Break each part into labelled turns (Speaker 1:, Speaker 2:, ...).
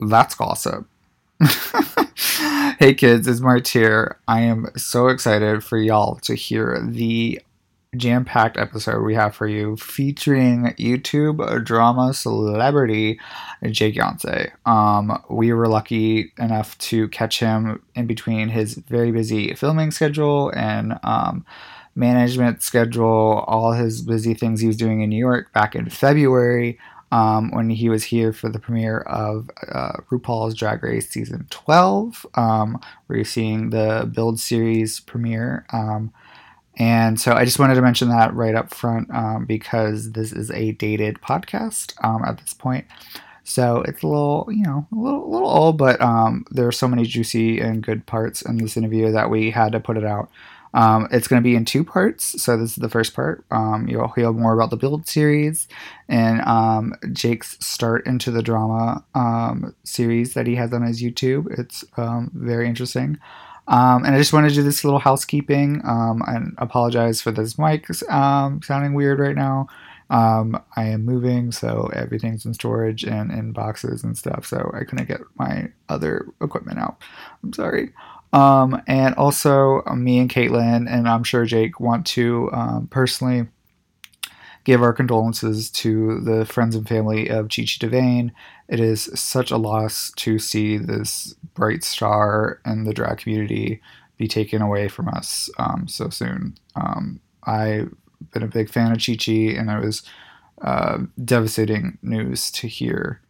Speaker 1: that's gossip. hey kids, it's March here. I am so excited for y'all to hear the jam packed episode we have for you featuring YouTube drama celebrity Jake Yonsei. Um, we were lucky enough to catch him in between his very busy filming schedule and um, management schedule, all his busy things he was doing in New York back in February. Um, when he was here for the premiere of uh, RuPaul's Drag Race season 12, um, we're seeing the Build series premiere. Um, and so I just wanted to mention that right up front um, because this is a dated podcast um, at this point. So it's a little, you know, a little, little old, but um, there are so many juicy and good parts in this interview that we had to put it out. Um, it's going to be in two parts. So this is the first part. Um, you'll hear more about the Build series and um, Jake's start into the drama um, series that he has on his YouTube. It's um, very interesting. Um, and I just want to do this little housekeeping um, and apologize for this mic um, sounding weird right now. Um, I am moving, so everything's in storage and in boxes and stuff, so I couldn't get my other equipment out. I'm sorry. Um, and also, uh, me and Caitlin, and I'm sure Jake, want to um, personally give our condolences to the friends and family of Chichi Devane it is such a loss to see this bright star in the drag community be taken away from us um, so soon. Um, I've been a big fan of Chi Chi, and it was uh, devastating news to hear.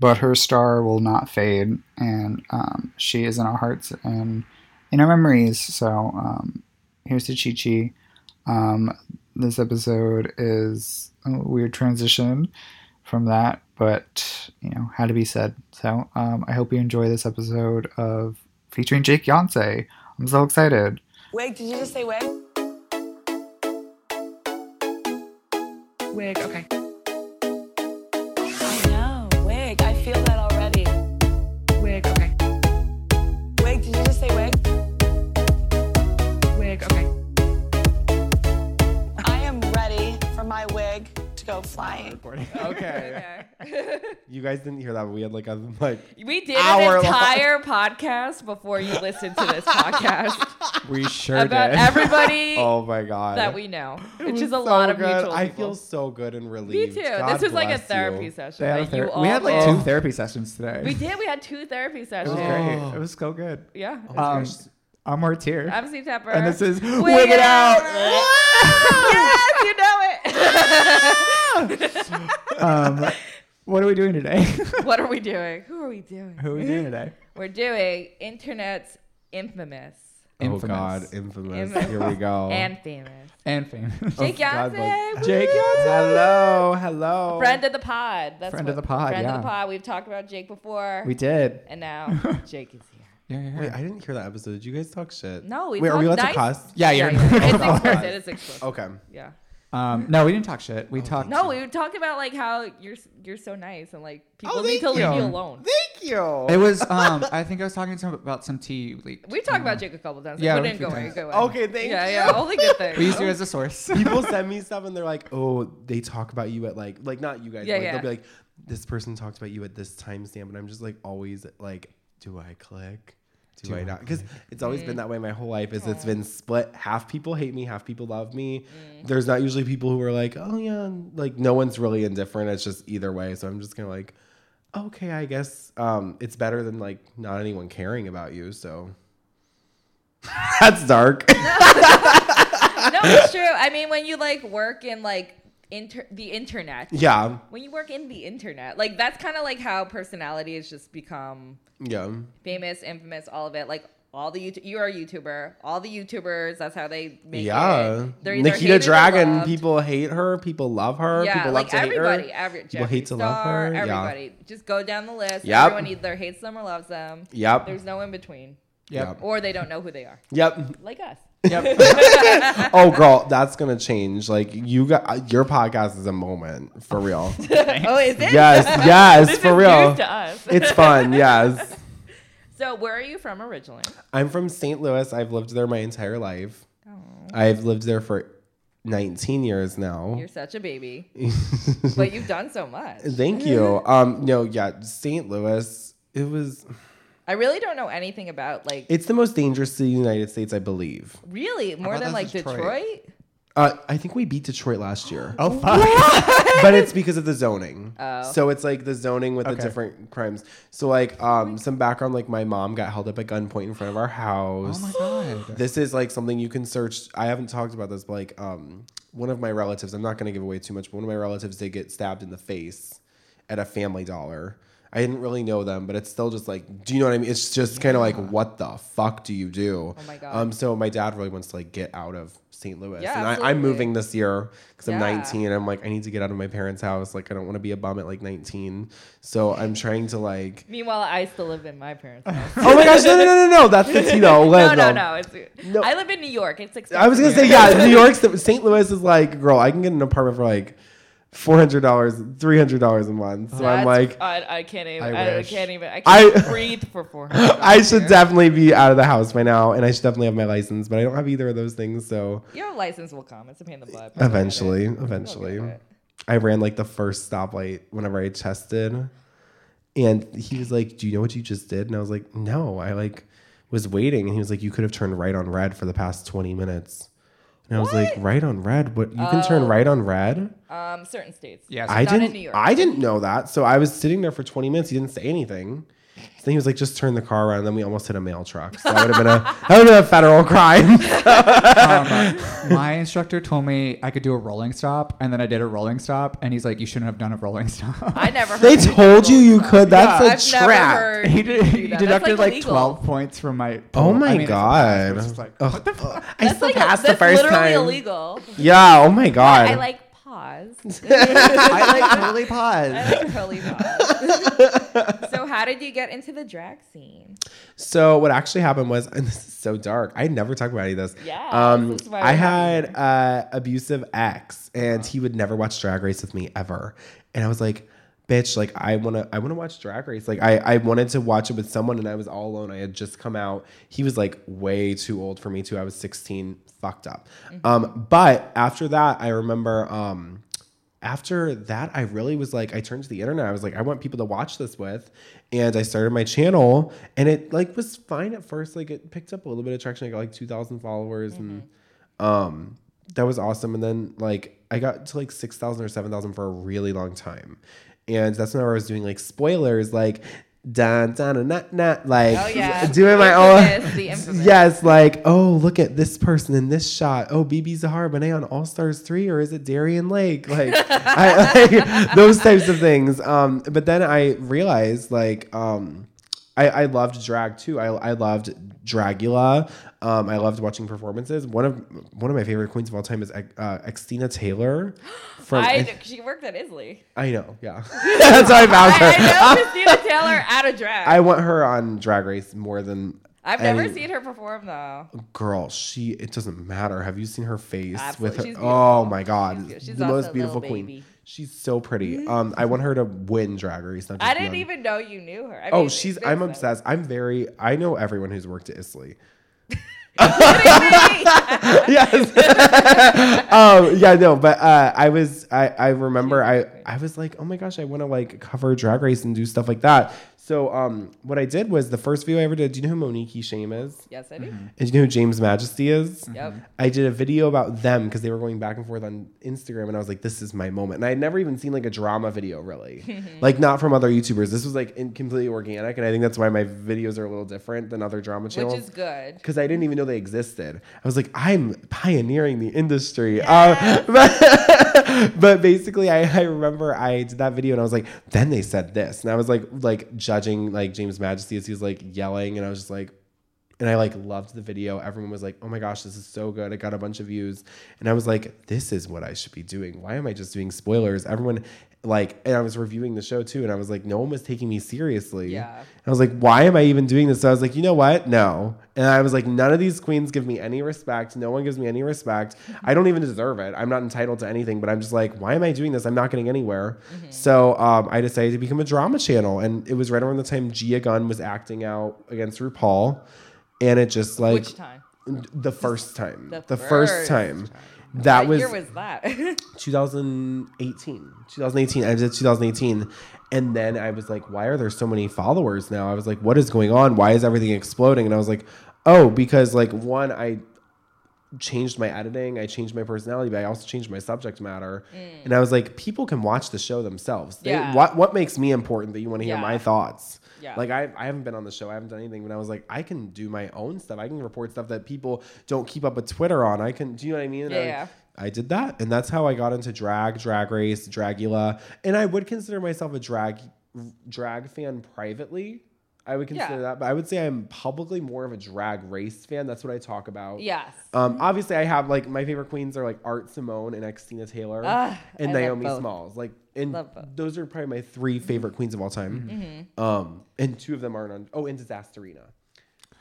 Speaker 1: But her star will not fade, and um, she is in our hearts and in our memories. So um, here's to Chi Chi. Um, this episode is a weird transition from that, but you know, had to be said. So um, I hope you enjoy this episode of featuring Jake Yonsei. I'm so excited.
Speaker 2: Wig, did you just say wig? Wig, okay. I know, wig. I feel that already. Wig, okay. Wig, did you just say wig? Wig, okay. I am ready for my wig to go flying.
Speaker 3: recording. Okay.
Speaker 4: Okay.
Speaker 3: you guys didn't hear that, but we had like a like
Speaker 4: we did
Speaker 3: Hour long.
Speaker 4: an entire podcast before you listened to this podcast
Speaker 3: we sure
Speaker 4: about
Speaker 3: did.
Speaker 4: everybody
Speaker 3: oh my god.
Speaker 4: that we know,
Speaker 3: It
Speaker 4: which
Speaker 3: was
Speaker 4: is a
Speaker 3: so
Speaker 4: lot of
Speaker 3: good.
Speaker 4: mutual.
Speaker 3: I
Speaker 4: people.
Speaker 3: feel so good and
Speaker 4: Me
Speaker 3: relieved.
Speaker 4: too.
Speaker 3: God
Speaker 4: this was like a
Speaker 3: bless
Speaker 4: therapy
Speaker 3: you.
Speaker 4: session.
Speaker 5: They had a
Speaker 4: that
Speaker 5: ther-
Speaker 4: you all
Speaker 5: we had like
Speaker 4: did.
Speaker 5: two therapy sessions today.
Speaker 4: We did. We had two therapy
Speaker 5: It
Speaker 4: sessions.
Speaker 5: was great. It was so good.
Speaker 4: Yeah.
Speaker 1: Uh,
Speaker 5: Um, I'm Mart here.
Speaker 4: I'm Steve Tepper.
Speaker 5: and this is Wig,
Speaker 4: Wig
Speaker 5: It Out.
Speaker 4: yes, you know
Speaker 5: um, what are we doing today?
Speaker 4: it. what are we doing? Who are we doing?
Speaker 5: Who are we doing today?
Speaker 4: We're doing internet's infamous
Speaker 3: Oh
Speaker 5: Infamous.
Speaker 3: god, infamous.
Speaker 4: Infamous.
Speaker 3: Here we go.
Speaker 4: and famous.
Speaker 5: And famous.
Speaker 1: Oh,
Speaker 4: Jake
Speaker 3: Oh. God bless-
Speaker 4: Yonsei.
Speaker 5: Jake
Speaker 3: hello, hello.
Speaker 4: Friend of the pod. That's
Speaker 5: Friend
Speaker 4: what-
Speaker 5: of the pod,
Speaker 4: Friend of the
Speaker 5: yeah.
Speaker 4: pod. We've talked about Jake before,
Speaker 5: We did.
Speaker 4: and now Jake is here.
Speaker 5: Yeah, yeah,
Speaker 3: Wait, I didn't hear that episode. Did you guys talk shit?
Speaker 4: No, we
Speaker 3: Wait, are we allowed
Speaker 4: talked
Speaker 3: to
Speaker 4: nice-
Speaker 3: cuss?
Speaker 5: yeah. you're
Speaker 4: It's
Speaker 5: Oh,
Speaker 4: explicit. It's explicit.
Speaker 3: Okay.
Speaker 4: Yeah.
Speaker 5: um, no, we didn't talk shit. We talked.
Speaker 4: Oh, No, we talked about like how you're you're so nice and like people
Speaker 3: Oh,
Speaker 4: need to
Speaker 3: thank
Speaker 4: leave you
Speaker 5: you.
Speaker 4: alone.
Speaker 3: Thank you.
Speaker 5: It was. Um, I think I was talking to him about some tea you leaked.
Speaker 4: We talked about Jake a couple times. Like,
Speaker 5: Yeah,
Speaker 4: yeah,
Speaker 5: a
Speaker 4: we didn't
Speaker 5: few
Speaker 4: go away.
Speaker 5: times.
Speaker 4: Go away.
Speaker 3: okay, thank
Speaker 4: Yeah,
Speaker 3: you.
Speaker 4: yeah. Only good things.
Speaker 5: We used you as a source.
Speaker 3: people send me stuff and they're like, oh, they talk about you at like, like not you guys,
Speaker 4: Yeah,
Speaker 3: but like,
Speaker 4: yeah.
Speaker 3: they'll be like, this person talked about you at this timestamp, and I'm just like always like, do I click? Do, I, not? Because it's always
Speaker 4: Mm.
Speaker 3: been that way my whole life. Is it's been split. Half people hate me, half people love me.
Speaker 4: Mm.
Speaker 3: There's not usually people who are like, oh yeah, and, like no one's really indifferent. It's just either way. So I'm just gonna like, okay, I guess um, it's better than like not anyone caring about you. So that's dark.
Speaker 4: no, it's true. I mean, when you like work in like inter- the internet,
Speaker 3: yeah,
Speaker 4: when you work in the internet, like that's kind of like how personality has just become
Speaker 3: yeah.
Speaker 4: famous, infamous, all of it. Like all the YouTube, you're a YouTuber. All the YouTubers, that's how they make
Speaker 3: yeah,
Speaker 4: it. They're either
Speaker 3: Nikita
Speaker 4: hated or
Speaker 3: Dragon.
Speaker 4: loved.
Speaker 3: People hate her. People love her.
Speaker 4: yeah,
Speaker 3: people love
Speaker 4: like
Speaker 3: to
Speaker 4: everybody,
Speaker 3: hate her.
Speaker 4: every
Speaker 3: People hate
Speaker 4: Jeffree
Speaker 3: to love
Speaker 4: Star,
Speaker 3: her, yeah.
Speaker 4: Everybody, just go down the list.
Speaker 3: Yep.
Speaker 4: Everyone either hates them or loves them.
Speaker 3: Yep.
Speaker 4: There's no in between,
Speaker 5: Yep.
Speaker 4: or they don't know who they are,
Speaker 3: Yep.
Speaker 4: like us.
Speaker 5: Yep.
Speaker 3: Oh, girl, that's gonna change. Like you got uh, your podcast is a moment for real.
Speaker 4: Oh, is it?
Speaker 3: yes, yes,
Speaker 4: This
Speaker 3: for
Speaker 4: is
Speaker 3: real.
Speaker 4: news to us.
Speaker 3: It's fun. Yes.
Speaker 4: so, where are you from originally?
Speaker 3: I'm from St. Louis. I've lived there my entire life.
Speaker 4: Oh.
Speaker 3: I've lived there for 19 years now.
Speaker 4: You're such a baby, but you've done so much.
Speaker 3: Thank you. Um, no, yeah, St. Louis It was.
Speaker 4: I really don't know anything about like
Speaker 3: It's the most dangerous city in the United States, I believe.
Speaker 4: really more
Speaker 5: thought
Speaker 4: than
Speaker 5: that's
Speaker 4: like Detroit.
Speaker 5: Detroit.
Speaker 3: Uh, I think we beat Detroit last year.
Speaker 5: Oh fuck.
Speaker 3: but it's because of the zoning.
Speaker 4: Oh.
Speaker 3: So it's like the zoning with the
Speaker 5: Okay.
Speaker 3: different crimes. So like um some background like my mom got held up at gunpoint in front of our house.
Speaker 5: Oh my god.
Speaker 3: This is like something you can search. I haven't talked about this but like um one of my relatives, I'm not going to give away too much, but one of my relatives did get stabbed in the face at a family dollar. I didn't really know them, but it's still just like, do you know what I mean? It's just kind of like, what the fuck do you do?
Speaker 4: Oh my God.
Speaker 3: Um, so my dad really wants to like get out of St. Louis,
Speaker 4: Yeah,
Speaker 3: and I, I'm
Speaker 4: absolutely.
Speaker 3: moving this year because I'm
Speaker 4: Yeah.
Speaker 3: 19. I'm like, I need to get out of my parents' house. Like, I don't want to be a bum at like 19. So I'm trying to like.
Speaker 4: Meanwhile, I still live in my parents' house.
Speaker 3: oh my gosh! No, no, no, no, no. That's the Tito.
Speaker 4: no, no, no. It's
Speaker 3: um, No.
Speaker 4: I live in New York. It's expensive.
Speaker 3: I was gonna say yeah. New York's the, St. Louis is like, girl, I can get an apartment for like four hundred dollars, three hundred dollars a month. So I'm
Speaker 4: That's-
Speaker 3: like,
Speaker 4: I, I can't even.
Speaker 1: I
Speaker 4: I,
Speaker 1: wish.
Speaker 4: can't even. I can't
Speaker 3: I-
Speaker 4: breathe for four hundred.
Speaker 3: I should definitely be out of the house by now, and I should definitely have my license, but I don't have either of those things. So
Speaker 4: Your license will come. It's a pain in the butt. but
Speaker 3: eventually,
Speaker 4: we'll get it.
Speaker 3: eventually.
Speaker 4: We'll get it.
Speaker 3: I ran like the first stoplight whenever I tested. And he was like, Do you know what you just did? And I was like, No, I like was waiting. And he was like, You could have turned right on red for the past 20 minutes. And I was like, Right on red? What? You can turn right on red?
Speaker 4: Um, certain states.
Speaker 5: Yes.
Speaker 3: I
Speaker 4: Not in
Speaker 3: didn't,
Speaker 4: New York.
Speaker 3: I didn't know that. So I was sitting there for 20 minutes. He didn't say anything. So then he was like, Just turn the car around. And then we almost hit a mail truck. So that would have been a, that would have been a federal crime.
Speaker 5: Um, my instructor told me I could do a rolling stop, and then I did a rolling stop, and he's like, "You shouldn't have done a rolling stop."
Speaker 4: I never. Heard
Speaker 3: they
Speaker 4: of
Speaker 3: told you you
Speaker 4: people.
Speaker 3: could. That's
Speaker 5: Yeah.
Speaker 3: a
Speaker 4: I've
Speaker 3: trap.
Speaker 4: never heard.
Speaker 5: He, did,
Speaker 4: you
Speaker 5: he
Speaker 4: do that. That's,
Speaker 5: deducted like,
Speaker 4: illegal.
Speaker 5: 12 points from my.
Speaker 3: Oh
Speaker 5: poll.
Speaker 3: my
Speaker 5: I mean, it's a pass,
Speaker 3: god!
Speaker 5: but it's just like,
Speaker 3: Ugh.
Speaker 5: what the fuck?
Speaker 3: I
Speaker 4: That's
Speaker 3: still
Speaker 4: like
Speaker 3: passed the
Speaker 4: that's
Speaker 3: first
Speaker 4: literally
Speaker 3: time.
Speaker 4: illegal.
Speaker 3: Yeah. Oh my god.
Speaker 4: I like pause.
Speaker 5: I like totally paused.
Speaker 4: I like curly pause. so how did you get into the drag scene?
Speaker 3: so what actually happened was, and this is so dark. I never talk about any of this.
Speaker 4: Yeah,
Speaker 3: Um,
Speaker 4: this is why
Speaker 3: I
Speaker 4: we have
Speaker 3: had uh, abusive ex,
Speaker 4: Uh-huh.
Speaker 3: and he would never watch Drag Race with me ever. And I was like, bitch, like I wanna, I wanna watch Drag Race. Like I, I wanted to watch it with someone, and I was all alone. I had just come out. He was like way too old for me too. I was sixteen, fucked up.
Speaker 4: Mm-hmm.
Speaker 3: Um, but after that, I remember. Um, after that, I really was like, I turned to the internet. I was like, I want people to watch this with, and I started my channel, and it like was fine at first. Like it picked up a little bit of traction. I got like two thousand followers, and um, that was awesome. And then like I got to like six thousand or seven thousand for a really long time, and that's whenever I was doing like spoilers, like dun dun dun dun, dun like
Speaker 4: Oh, yeah.
Speaker 3: doing my
Speaker 4: Infamous,
Speaker 3: own
Speaker 4: the infamous.
Speaker 3: yeah it's like, oh, look at this person in this shot. Oh, BB Zahar Benet on All Stars 3, or is it Darian Lake? Like, I, like those types of things. Um, but then I realized, like, um, I, I loved drag too. I, I loved Dragula. Um, I loved watching performances. One of one of my favorite queens of all time is uh, Extina Taylor. From
Speaker 4: I,
Speaker 3: I,
Speaker 4: she worked at Isley.
Speaker 3: I know, yeah. That's how I found her.
Speaker 4: I, I know Christina Taylor out of drag.
Speaker 3: I want her on Drag Race more than
Speaker 4: I've never
Speaker 3: any-
Speaker 4: seen her perform though.
Speaker 3: girl, she it doesn't matter. Have you seen her face with
Speaker 4: Absolutely.
Speaker 3: her?
Speaker 4: She's
Speaker 3: oh
Speaker 4: beautiful.
Speaker 3: my
Speaker 4: She's
Speaker 3: god,
Speaker 4: beautiful. She's
Speaker 3: the
Speaker 4: also a
Speaker 3: most
Speaker 4: little
Speaker 3: beautiful queen.
Speaker 4: baby. Mm-hmm.
Speaker 3: She's so pretty. Um, I want her to win Drag Race. Not just
Speaker 4: I didn't
Speaker 3: win.
Speaker 4: even know you knew her. I
Speaker 3: Oh,
Speaker 4: mean,
Speaker 3: she's.
Speaker 4: there's
Speaker 3: I'm
Speaker 4: no-
Speaker 3: obsessed. I'm very. I know everyone who's worked at Isley. yes. um, yeah, no, but uh, I was, I, I remember, I, I was like, oh my gosh, I want to like cover Drag Race and do stuff like that. So, um, what I did was the first video I ever did. Do you know who Monique Shame is?
Speaker 4: Yes, I do.
Speaker 3: And do you know who James Majesty is?
Speaker 4: Yep.
Speaker 3: I did a video about them because they were going back and forth on Instagram, and I was like, "This is my moment." And I had never even seen like a drama video, really, like not from other YouTubers. This was like in, completely organic, and I think that's why my videos are a little different than other drama channels.
Speaker 4: Which is good.
Speaker 3: because I didn't even know they existed. I was like, I'm pioneering the industry. Uh, but, but basically, I, I remember I did that video and I was like, then they said this. And I was like, like judging like James Majesty as he was like yelling. And I was just like, and I like loved the video. Everyone was like, "Oh my gosh, this is so good!" It got a bunch of views, and I was like, "This is what I should be doing. Why am I just doing spoilers?" Everyone like, and I was reviewing the show too, and I was like, "No one was taking me seriously."
Speaker 4: Yeah.
Speaker 3: And I was like, "Why am I even doing this?" So I was like, "You know what? No." And I was like, "None of these queens give me any respect. No one gives me any respect. I don't even deserve it. I'm not entitled to anything." But I'm just like, "Why am I doing this? I'm not getting anywhere."
Speaker 4: Mm-hmm.
Speaker 3: So um, I decided to become a drama channel, and it was right around the time Gia Gunn was acting out against RuPaul and it just like
Speaker 4: Which time?
Speaker 3: the first time
Speaker 4: The
Speaker 3: the, first,
Speaker 4: first
Speaker 3: time That
Speaker 4: what
Speaker 3: was,
Speaker 4: year was that?
Speaker 3: 2018. 2018. I did 2018. And then I was like, why are there so many followers now? I was like, what is going on? Why is everything exploding? And I was like, oh, because like one, I changed my editing, I changed my personality, but I also changed my subject matter. And I was like, people can watch the show themselves. They,
Speaker 4: Mm. Yeah.
Speaker 3: What what makes me important that you want to hear
Speaker 4: Yeah.
Speaker 3: my thoughts?
Speaker 4: Yeah.
Speaker 3: Like I, I haven't been on the show, I haven't done anything, but I was like, I can do my own stuff. I can report stuff that people don't keep up with Twitter on. I can do you know what I mean? And I-
Speaker 4: Yeah.
Speaker 3: I did that. And that's how I got into drag, drag race, dragula. And I would consider myself a drag drag fan privately. I would consider
Speaker 4: Yeah.
Speaker 3: that, but I would say I'm publicly more of a drag race fan. That's what I talk about.
Speaker 4: yes.
Speaker 3: Um, obviously, I have like my favorite queens are like Art Simone and Xtina Taylor
Speaker 4: Ah,
Speaker 3: and
Speaker 4: I love
Speaker 3: Naomi
Speaker 4: both.
Speaker 3: Smalls. Like, and
Speaker 4: Love both. Mm-hmm.
Speaker 3: those are probably my three favorite queens of all time. Um, and two of them aren't on. Oh, and Disasterina.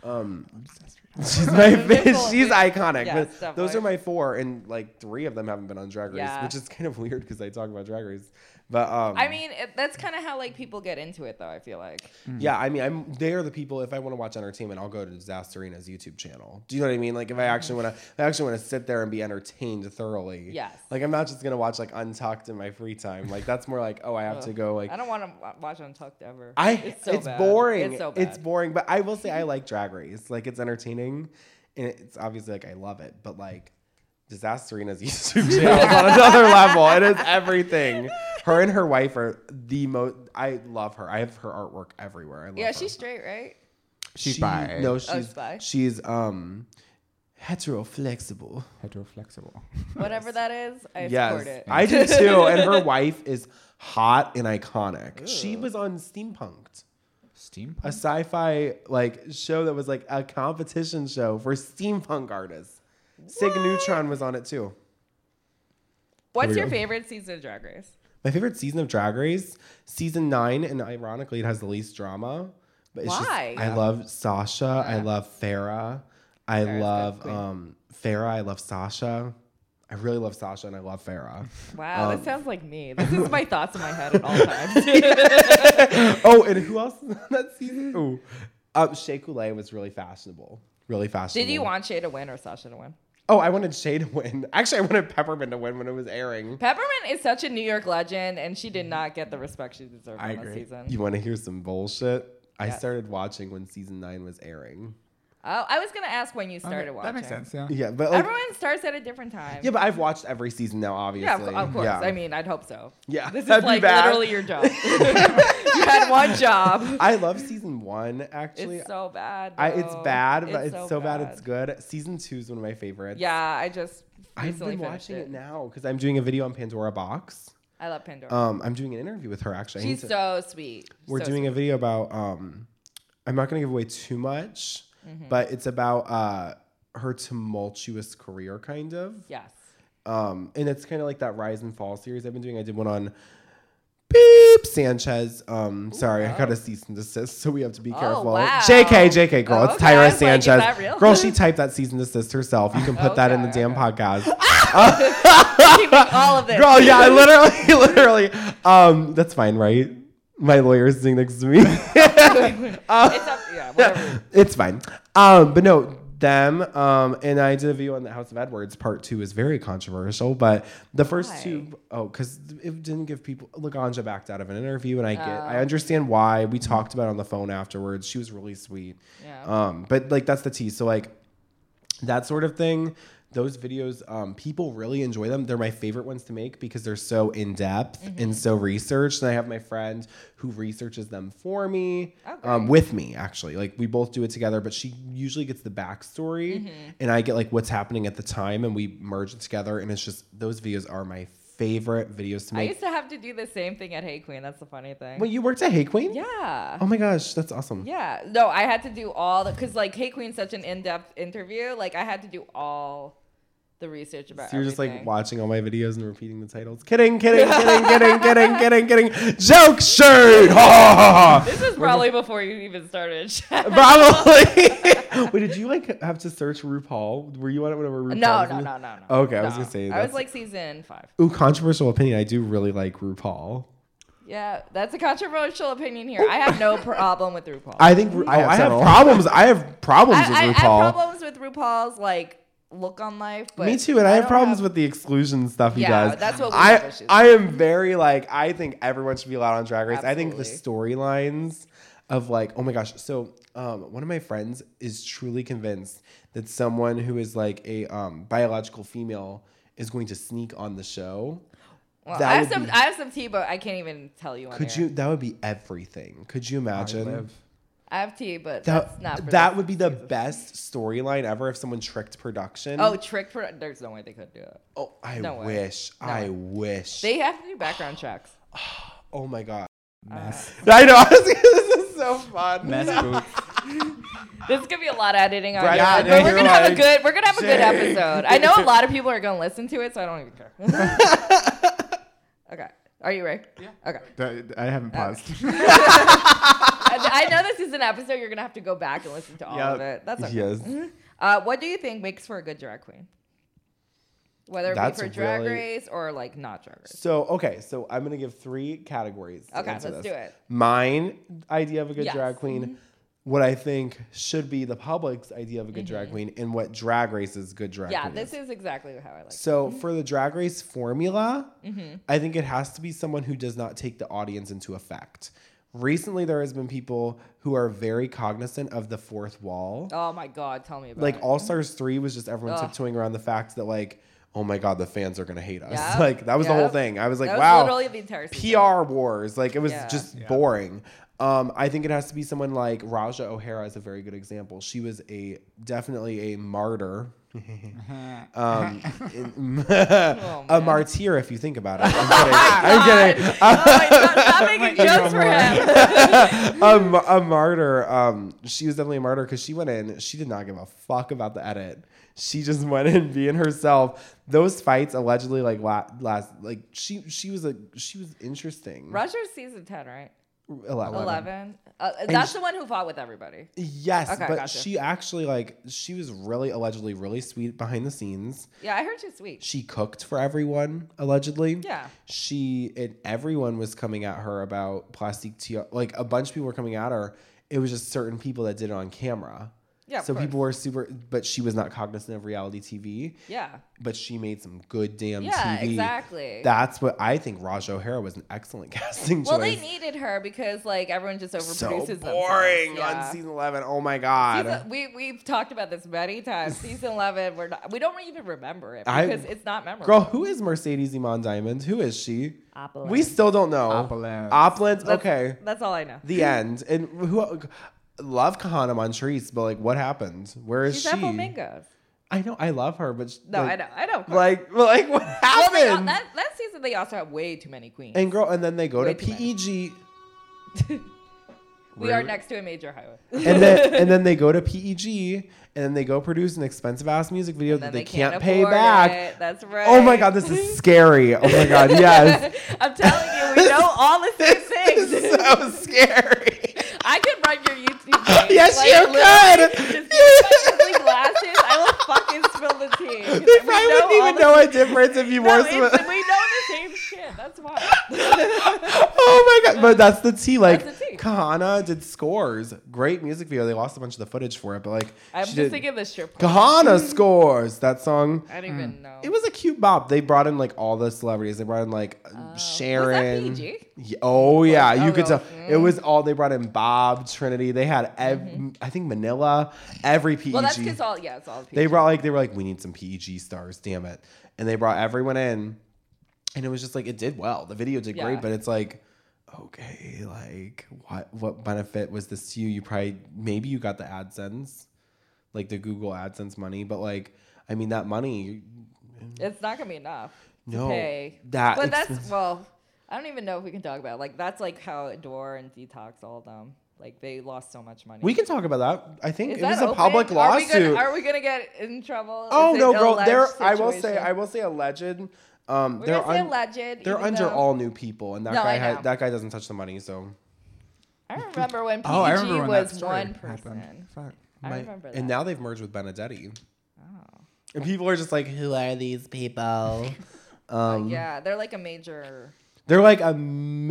Speaker 3: Um, she's my
Speaker 4: Beautiful.
Speaker 3: she's iconic.
Speaker 4: Yes,
Speaker 3: but those
Speaker 4: definitely.
Speaker 3: are my four, and like three of them haven't been on Drag Race,
Speaker 4: Yeah.
Speaker 3: which is kind of weird because I talk about Drag Race. But um,
Speaker 4: I mean, it, that's kind of how like people get into it, though. I feel like.
Speaker 3: yeah, I mean, I'm they are the people. If I want to watch entertainment, I'll go to Disasterina's YouTube channel. Do you know what I mean? Like, if I actually want to, I actually want to sit there and be entertained thoroughly.
Speaker 4: Mm-hmm. Yes.
Speaker 3: Like, I'm not just gonna watch like Untucked in my free time. Like, that's more like, oh, I have to go. Like,
Speaker 4: I don't want to watch Untucked ever.
Speaker 3: I
Speaker 4: it's
Speaker 3: it's,
Speaker 4: so bad.
Speaker 3: boring.
Speaker 4: It's so
Speaker 3: It's
Speaker 4: bad.
Speaker 3: boring. But I will say I like Drag Race. Like, it's entertaining, and it's obviously like I love it. But like, Disasterina's YouTube channel is on another level. It is everything. Her and her wife are the most. I love her. I have her artwork everywhere. I love
Speaker 4: yeah,
Speaker 3: her.
Speaker 4: she's straight, right?
Speaker 5: She's
Speaker 3: She-
Speaker 5: bi.
Speaker 3: No,
Speaker 4: Oh, she's
Speaker 3: she's
Speaker 4: bi.
Speaker 3: she's um hetero flexible.
Speaker 5: Hetero flexible.
Speaker 4: Whatever that is, I support it.
Speaker 3: I do too. And her wife is hot and iconic. She was on Steampunked, a
Speaker 5: Steampunk.
Speaker 3: sci-fi like show that was like a competition show for steampunk artists. Sig Neutron was on it too.
Speaker 4: What's
Speaker 3: we
Speaker 4: your
Speaker 3: go.
Speaker 4: favorite season of Drag Race?
Speaker 3: My favorite season of Drag Race, season nine, and ironically, it has the least drama. But it's
Speaker 4: Why?
Speaker 3: Just, I love Sasha. I love Farah. I
Speaker 4: Farrah's good
Speaker 3: love
Speaker 4: queen.
Speaker 3: um, Farah. I love Sasha. I really love Sasha and I love Farah.
Speaker 4: Wow,
Speaker 3: Um,
Speaker 4: that sounds like me. This is my thoughts in my head at all times.
Speaker 3: oh, and who else is on that season? Oh, um, Shea Coulee was really fashionable. Really fashionable.
Speaker 4: Did you want Shay to win or Sasha to win?
Speaker 3: Oh, I wanted Shay to win. Actually, I wanted Peppermint to win when it was airing.
Speaker 4: Peppermint is such a New York legend, and she did not get the respect she deserved
Speaker 5: Mm-hmm. I
Speaker 4: on this
Speaker 5: agree.
Speaker 4: season.
Speaker 3: You want to hear some bullshit? I
Speaker 4: Yes.
Speaker 3: started watching when season nine was airing.
Speaker 4: Oh, I was gonna ask when you started watching.
Speaker 5: That makes sense. Yeah.
Speaker 3: Yeah, but like,
Speaker 4: Everyone starts at a different time.
Speaker 3: Yeah, but I've watched every season now, obviously.
Speaker 4: Yeah, of, cou- of course. I mean, I'd hope so.
Speaker 3: Yeah,
Speaker 4: This is
Speaker 3: that'd be
Speaker 4: like
Speaker 3: bad.
Speaker 4: literally your job. you had one job.
Speaker 3: I love season one, actually.
Speaker 4: It's so bad.
Speaker 3: I, it's
Speaker 4: though.
Speaker 3: bad, but it's, so bad. it's good. Season two is one of my favorites.
Speaker 4: Yeah, I just
Speaker 3: I've
Speaker 4: recently
Speaker 3: been
Speaker 4: finished
Speaker 3: watching it, now because I'm doing a video on Pandora Box.
Speaker 4: I love Pandora.
Speaker 3: Um, I'm doing an interview with her, actually. I need
Speaker 4: She's
Speaker 3: to-
Speaker 4: so sweet.
Speaker 3: we're
Speaker 4: So
Speaker 3: doing a video about, um, I'm not going to give away too much,
Speaker 4: Mm-hmm.
Speaker 3: but it's about uh, her tumultuous career, kind of.
Speaker 4: sweet. yes.
Speaker 3: Um, and it's kind of like that rise and fall series I've been doing. I did one on Beep Sanchez. Um, sorry, I got a cease and desist, so we have to be careful.
Speaker 4: Oh, wow.
Speaker 3: JK, JK, girl,
Speaker 4: Oh,
Speaker 3: it's
Speaker 4: okay. I
Speaker 3: Tyra
Speaker 4: was like, is
Speaker 3: Sanchez.
Speaker 4: that real?
Speaker 3: Girl, she typed that cease and desist herself. You can put that in the
Speaker 4: Okay,
Speaker 3: damn podcast.
Speaker 4: Keeping all of this.
Speaker 3: Girl, yeah, I literally, literally. Um, that's fine, right? My lawyer's sitting next to me.
Speaker 4: It's up. Yeah, whatever.
Speaker 3: it's fine. Um, but no, them. Um, and I did a video on the House of Edwards. Part two is very controversial, but the first
Speaker 4: Why?
Speaker 3: two, oh, because it didn't give people. Laganja backed out of an interview, and I get, I
Speaker 4: Oh.
Speaker 3: understand why. We talked about it on the phone afterwards. She was really sweet.
Speaker 4: Yeah.
Speaker 3: Um, but like that's the tea. So like that sort of thing. Those videos, um, people really enjoy them. They're my favorite ones to make because they're so in depth
Speaker 4: Mm-hmm.
Speaker 3: and so researched. And I have my friend who researches them for me,
Speaker 4: Oh,
Speaker 3: um,
Speaker 4: great.
Speaker 3: with me actually. Like we both do it together, but she usually gets the backstory,
Speaker 4: Mm-hmm.
Speaker 3: and I get like what's happening at the time, and we merge it together. And it's just those videos are my favorite videos to
Speaker 4: I
Speaker 3: make.
Speaker 4: used to have to do the same thing at Hey Queen. That's the funny thing.
Speaker 3: Well, you worked at Hey Queen.
Speaker 4: yeah.
Speaker 3: Oh my gosh, that's awesome.
Speaker 4: Yeah. No, I had to do all the because like Hey Queen's such an in-depth interview. Like I had to do all the research about.
Speaker 3: So you're just like
Speaker 4: everything.
Speaker 3: watching all my videos and repeating the titles. Kidding, kidding, kidding, kidding, kidding, kidding, kidding. Joke shirt. Ha ha ha.
Speaker 4: This is probably before you even started.
Speaker 3: Probably. Wait, did you like have to search RuPaul? Were you on it whenever RuPaul?
Speaker 4: no,
Speaker 3: was
Speaker 4: no,
Speaker 3: in-
Speaker 4: no, no, no.
Speaker 3: Okay, I
Speaker 4: no.
Speaker 3: was gonna say
Speaker 4: I was
Speaker 3: that's-
Speaker 4: like season five.
Speaker 3: Ooh, controversial opinion. I do really like RuPaul.
Speaker 4: Yeah, that's a controversial opinion here. I have no problem with RuPaul.
Speaker 3: I think Ru- I, I have
Speaker 5: settle.
Speaker 3: problems. I have problems
Speaker 4: I,
Speaker 3: with
Speaker 4: I have
Speaker 3: RuPaul.
Speaker 4: problems with RuPaul's like look on life. But
Speaker 3: Me too, and I, have
Speaker 4: don't
Speaker 3: problems
Speaker 4: have-
Speaker 3: with the exclusion stuff he
Speaker 4: Yeah,
Speaker 3: does.
Speaker 4: that's what we have
Speaker 3: I
Speaker 4: issues
Speaker 3: I am very like I think everyone should be allowed on Drag Race. I think the
Speaker 4: Absolutely.
Speaker 3: storylines of like oh my gosh, so um, one of my friends is truly convinced that someone who is like a um, biological female is going to sneak on the show.
Speaker 4: Well,
Speaker 3: that
Speaker 4: I have
Speaker 3: would
Speaker 4: some.
Speaker 3: be-
Speaker 4: I have some tea, but I can't even tell you. On
Speaker 3: Could
Speaker 4: air.
Speaker 3: you? That would be everything. Could you imagine?
Speaker 4: I have tea, but
Speaker 3: That,
Speaker 4: that's not. For
Speaker 3: that
Speaker 4: this
Speaker 3: would be the
Speaker 4: season.
Speaker 3: best storyline ever if someone tricked production.
Speaker 4: Oh, trick for. There's no way they could do it.
Speaker 3: Oh, I
Speaker 4: no way.
Speaker 3: wish.
Speaker 4: No.
Speaker 3: I wish.
Speaker 4: They have to do background checks.
Speaker 3: oh my god.
Speaker 4: Uh,
Speaker 5: Mess.
Speaker 3: I know. honestly, this is so fun.
Speaker 5: Mess boots.
Speaker 4: This is gonna be a lot of editing on
Speaker 3: Right,
Speaker 4: your end,
Speaker 3: yeah,
Speaker 4: but we're
Speaker 3: you're
Speaker 4: gonna have a
Speaker 3: like,
Speaker 4: good. We're gonna have a good
Speaker 3: "Jake."
Speaker 4: episode. I know a lot of people are gonna listen to it, so I don't even care. okay, are you ready? Yeah. Okay.
Speaker 5: That- I haven't paused.
Speaker 4: I I know this is an episode you're gonna have to go back and listen to all of
Speaker 5: Yep.
Speaker 4: it. That's okay.
Speaker 3: Yes.
Speaker 4: Uh, what do you think makes for a good drag queen? Whether it
Speaker 3: That's
Speaker 4: be for drag
Speaker 3: really-
Speaker 4: race or like not drag race.
Speaker 3: So okay, so I'm gonna give three categories. to
Speaker 4: Okay,
Speaker 3: answer
Speaker 4: let's
Speaker 3: this.
Speaker 4: do it.
Speaker 3: Mine idea of a good
Speaker 4: Yes. Mm-hmm.
Speaker 3: drag queen, what I think should be the public's idea of a good drag queen, and what Drag Race's good drag
Speaker 4: Mm-hmm. Yeah,
Speaker 3: queen.
Speaker 4: this is Mm-hmm. exactly how I like. it.
Speaker 3: So for the drag race formula,
Speaker 4: Mm-hmm.
Speaker 3: I think it has to be someone who does not take the audience into effect. Recently, there has been people who are very cognizant of the fourth wall.
Speaker 4: Oh my god, tell me about
Speaker 3: like
Speaker 4: it.
Speaker 3: All Stars Three was just everyone
Speaker 4: Ugh.
Speaker 3: tiptoeing around the fact that like, oh my god, the fans are gonna hate us.
Speaker 4: Yep,
Speaker 3: Like that was the whole
Speaker 4: yep.
Speaker 3: thing. I was like,
Speaker 4: That was
Speaker 3: wow,
Speaker 4: literally the entire season.
Speaker 3: PR wars. Like it was
Speaker 4: Yeah.
Speaker 3: just boring. Um, I think it has to be someone like Raja O'Hara is a very good example. She was a definitely a martyr. um, in- a
Speaker 4: Oh, man.
Speaker 3: martyr, if you think about it. I'm kidding. I'm kidding.
Speaker 4: Oh my god, stop making jokes for him.
Speaker 3: a, mar- a martyr. Um, she was definitely a martyr because she went in. She did not give a fuck about the edit. She just went in being herself. Those fights allegedly like la- last like she she was a she was interesting.
Speaker 4: Russia's season ten, right?
Speaker 3: 11.
Speaker 4: Eleven. Uh, that's
Speaker 3: sh-
Speaker 4: the one who fought with everybody.
Speaker 3: Yes,
Speaker 4: Okay,
Speaker 3: but
Speaker 4: gotcha.
Speaker 3: she actually like she was really allegedly really sweet behind the scenes.
Speaker 4: Yeah, I heard she's sweet.
Speaker 3: She cooked for everyone allegedly.
Speaker 4: Yeah.
Speaker 3: She and everyone was coming at her about plastic TR. Like a bunch of people were coming at her. It was just certain people that did it on camera.
Speaker 4: Yeah, of
Speaker 3: So
Speaker 4: course.
Speaker 3: people were super, but she was not cognizant of reality TV.
Speaker 4: Yeah.
Speaker 3: But she made some good damn
Speaker 4: Yeah,
Speaker 3: TV.
Speaker 4: exactly.
Speaker 3: That's what I think. Raj O'Hara was an excellent casting
Speaker 4: Well, they
Speaker 3: choice.
Speaker 4: needed her because like everyone just overproduces
Speaker 3: so
Speaker 4: themselves.
Speaker 3: boring
Speaker 4: Yeah.
Speaker 3: on season eleven. Oh my god.
Speaker 4: Season- we we've talked about this many times. Season eleven, we're not, we don't even remember it
Speaker 3: I-
Speaker 4: because it's not memorable.
Speaker 3: Girl, who is Mercedes Iman Diamond? Who is she?
Speaker 4: Opulence.
Speaker 3: We still don't know.
Speaker 5: Opulence.
Speaker 3: Opulence,
Speaker 4: That's-
Speaker 3: Okay.
Speaker 4: that's all I know.
Speaker 3: The end. And who? Love Kahana Montrese, but like, what happened? Where is
Speaker 4: She's
Speaker 3: she?
Speaker 4: at flamingos.
Speaker 3: I know. I love her, but sh-
Speaker 4: No,
Speaker 3: like,
Speaker 4: I know, I know. of course.
Speaker 3: Like, like what
Speaker 4: Well,
Speaker 3: happened?
Speaker 4: they all, that that season they also have way too many queens.
Speaker 3: and girl, and then they go
Speaker 4: Way
Speaker 3: to E
Speaker 4: too many.
Speaker 3: PEG,
Speaker 4: we are next to a major highway.
Speaker 3: and then and then they go to PEG, and then they go produce an expensive ass music video
Speaker 4: Then
Speaker 3: that they, can't, pay
Speaker 4: afford
Speaker 3: back.
Speaker 4: it. That's right.
Speaker 3: Oh my god, this is scary. Oh my god, yes.
Speaker 4: I'm telling you, we know all the same
Speaker 3: this
Speaker 4: things.
Speaker 3: is so scary.
Speaker 4: I could run your YouTube page.
Speaker 3: Yes,
Speaker 4: Like,
Speaker 3: you
Speaker 4: literally,
Speaker 3: could.
Speaker 4: Just give me my ugly glasses. I will fucking spill the tea.
Speaker 3: They probably wouldn't even know
Speaker 4: it.
Speaker 3: a difference if you
Speaker 4: No,
Speaker 3: wore
Speaker 4: it's-
Speaker 3: some-
Speaker 4: we know the same shit. That's why.
Speaker 3: Oh my god! But that's the tea. Like
Speaker 4: That's the tea.
Speaker 3: Kahana did scores, great music video. They lost a bunch of the footage for it, but like
Speaker 4: I'm
Speaker 3: she
Speaker 4: just
Speaker 3: did-
Speaker 4: thinking of the strip. club.
Speaker 3: Kahana scores that song.
Speaker 4: I don't even know.
Speaker 3: Mm. It was a cute bop. They brought in like all the celebrities. They brought in like
Speaker 4: Oh,
Speaker 3: Sharon.
Speaker 4: was that PG?
Speaker 3: Ye- Oh yeah, you
Speaker 4: E Oh,
Speaker 3: could
Speaker 4: no.
Speaker 3: tell. It was all they brought in Bob Trinity. They had ev- I think Manila, every E PEG.
Speaker 4: Mm-hmm. well, that's because all yeah, it's all.
Speaker 3: They
Speaker 4: PG.
Speaker 3: brought like they were like, we need some PEG stars, damn it. And they brought everyone in. And it was just like it did well. The video did
Speaker 4: Yeah.
Speaker 3: great, but it's like, okay, like what what benefit was this to you? You probably maybe you got the AdSense, like the Google AdSense money, but like I mean that money
Speaker 4: It's not gonna be enough.
Speaker 3: No,
Speaker 4: To pay.
Speaker 3: that
Speaker 4: But that's
Speaker 3: expensive.
Speaker 4: well. I don't even know if we can talk about. It. Like that's like how Adore and Detox all of them. Like they lost so much money.
Speaker 3: we can talk about that. I think
Speaker 4: Is
Speaker 3: it was
Speaker 4: that
Speaker 3: a public
Speaker 4: open? Are we
Speaker 3: lawsuit.
Speaker 4: gonna- Are we gonna, get in trouble?
Speaker 3: oh
Speaker 4: Is it
Speaker 3: no, girl. They're
Speaker 4: alleged
Speaker 3: I will say
Speaker 4: situation?
Speaker 3: I will say alleged. Um
Speaker 4: We're
Speaker 3: they're
Speaker 4: gonna say
Speaker 3: un-
Speaker 4: alleged.
Speaker 3: they're
Speaker 4: even
Speaker 3: under
Speaker 4: though-
Speaker 3: all new people, and that
Speaker 4: No,
Speaker 3: guy
Speaker 4: I
Speaker 3: had-
Speaker 4: know.
Speaker 3: that guy doesn't touch the money, so
Speaker 4: I remember when PG
Speaker 5: Oh, I remember when that
Speaker 4: was
Speaker 5: story
Speaker 4: one
Speaker 5: happened.
Speaker 4: person.
Speaker 5: Fuck.
Speaker 4: I
Speaker 3: My-
Speaker 4: remember that. Oh.
Speaker 3: And now they've merged with Benedetti. And people are just like, who are these people? Um,
Speaker 4: yeah, they're like a major
Speaker 3: They're like a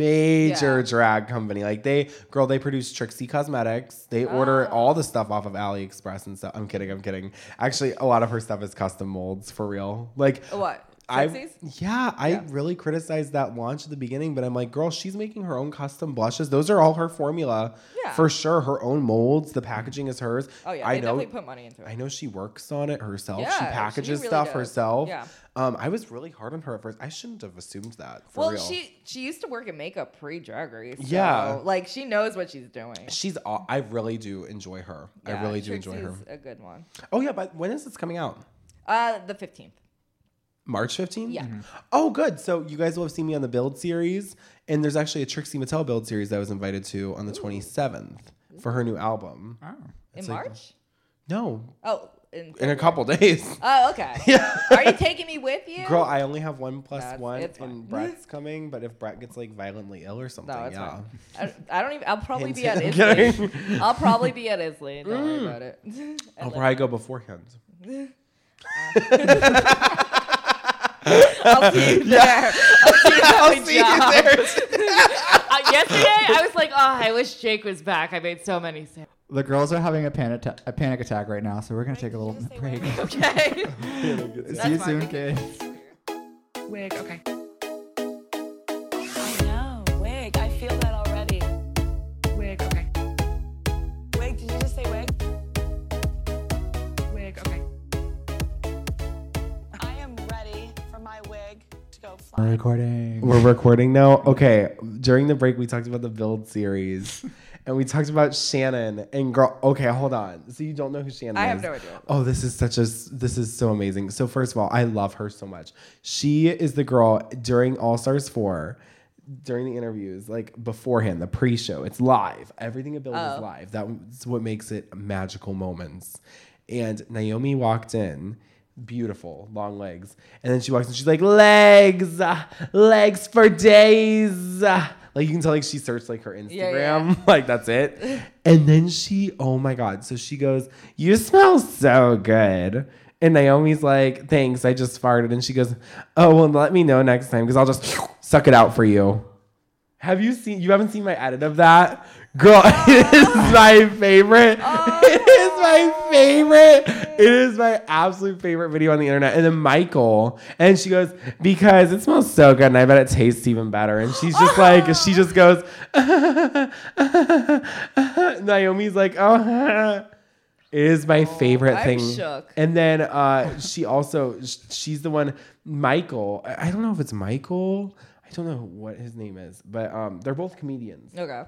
Speaker 3: major
Speaker 4: Yeah.
Speaker 3: drag company. Like they, girl, they produce Trixie Cosmetics. They order
Speaker 4: Ah.
Speaker 3: all the stuff off of AliExpress and stuff. I'm kidding. I'm kidding. Actually, a lot of her stuff is custom molds for real. Like
Speaker 4: What?
Speaker 3: I,
Speaker 4: Sexies?
Speaker 3: yeah, I really criticized that launch at the beginning, but I'm like, girl, she's making her own custom blushes. Those are all her formula
Speaker 4: Yeah.
Speaker 3: for sure. Her own molds. The packaging is hers.
Speaker 4: Oh yeah,
Speaker 3: I
Speaker 4: they
Speaker 3: know.
Speaker 4: definitely put money into it.
Speaker 3: I know she works on it herself.
Speaker 4: Yeah,
Speaker 3: she
Speaker 4: she
Speaker 3: packages
Speaker 4: really
Speaker 3: stuff
Speaker 4: does.
Speaker 3: herself.
Speaker 4: Yeah.
Speaker 3: Um, I was really hard on her at first. I shouldn't have assumed that. For
Speaker 4: well,
Speaker 3: real.
Speaker 4: she she used to work in makeup pre-drag race. So,
Speaker 3: Yeah.
Speaker 4: like she knows what she's doing.
Speaker 3: She's. aw- I really do enjoy her. I
Speaker 4: Yeah,
Speaker 3: really do enjoy her.
Speaker 4: Trixie's A good one.
Speaker 3: Oh yeah, but when is this coming out?
Speaker 4: Uh, the fifteenth.
Speaker 3: March 15th?
Speaker 4: Yeah.
Speaker 3: Oh, good. So you guys will have seen me on the build series. And there's actually a Trixie Mattel build series that I was invited to on the 27th for her new album.
Speaker 5: Oh.
Speaker 4: In
Speaker 3: like-
Speaker 4: March?
Speaker 3: No,
Speaker 4: Oh, in.
Speaker 3: in a couple days.
Speaker 4: Oh, okay.
Speaker 3: Yeah.
Speaker 4: Are you taking me with you?
Speaker 3: Girl, I only have one plus
Speaker 4: That's-
Speaker 3: one,
Speaker 4: it's fine.
Speaker 3: and Brett's coming. But if Brett gets like violently ill or something,
Speaker 4: no, it's
Speaker 3: yeah.
Speaker 4: fine. I, I don't even. I'll probably
Speaker 3: Hint,
Speaker 4: be at
Speaker 3: hint.
Speaker 4: Islay.
Speaker 3: I'm kidding. Mm.
Speaker 4: I'll probably be at Islay. Don't worry about it.
Speaker 3: I'll probably go beforehand.
Speaker 4: Um, I'll see you there. I'll see you at my job.
Speaker 3: there.
Speaker 4: Uh, yesterday, I was like, oh, I wish Jake was back. I made so many sales.
Speaker 5: The girls are having a panic, atta- a panic attack right now, so we're gonna take a little break.
Speaker 4: Okay.
Speaker 3: Oh,
Speaker 5: See you
Speaker 4: That's
Speaker 5: soon,
Speaker 4: fine.
Speaker 5: kid.
Speaker 2: Wig, okay. I know. Wig, I feel that already. Wig, okay. Wig, did you just say wig? Wig, okay. I am ready for my wig to go fly.
Speaker 5: We're recording.
Speaker 3: We're recording now. Okay. During the break, we talked about the build series, and we talked about Shannon and girl. Okay, hold on. So you don't know who Shannon is?
Speaker 4: I have no idea.
Speaker 3: Oh, this is such a this is so amazing. So first of all, I love her so much. She is the girl during All Stars 4 during the interviews, like beforehand, the pre-show. It's live. Everything about Build is
Speaker 4: Oh.
Speaker 3: live. That's what makes it magical moments. And Naomi walked in Beautiful long legs, and then she walks in. She's like, Legs, ah, legs for days. ah." Like, you can tell, like, she searched like her Instagram,
Speaker 4: Yeah, yeah.
Speaker 3: like that's it. And then she, oh my god. So she goes, You smell so good. And Naomi's like, Thanks, I just farted. And she goes, Oh, well, let me know next time because I'll just suck it out for you. Have you seen you haven't seen my edit of that? Girl, it is my favorite.
Speaker 4: Oh.
Speaker 3: It is my favorite. It is my absolute favorite video on the internet. And then Michael, and she goes, because it smells so good and I bet it tastes even better. And she's just like, she just goes, Naomi's like, oh, it is my favorite
Speaker 4: Oh, I'm
Speaker 3: thing.
Speaker 4: shook.
Speaker 3: And then uh, she also sh- she's the one Michael. I I don't know if it's Michael. I don't know what his name is, but um, they're both comedians,
Speaker 4: Okay.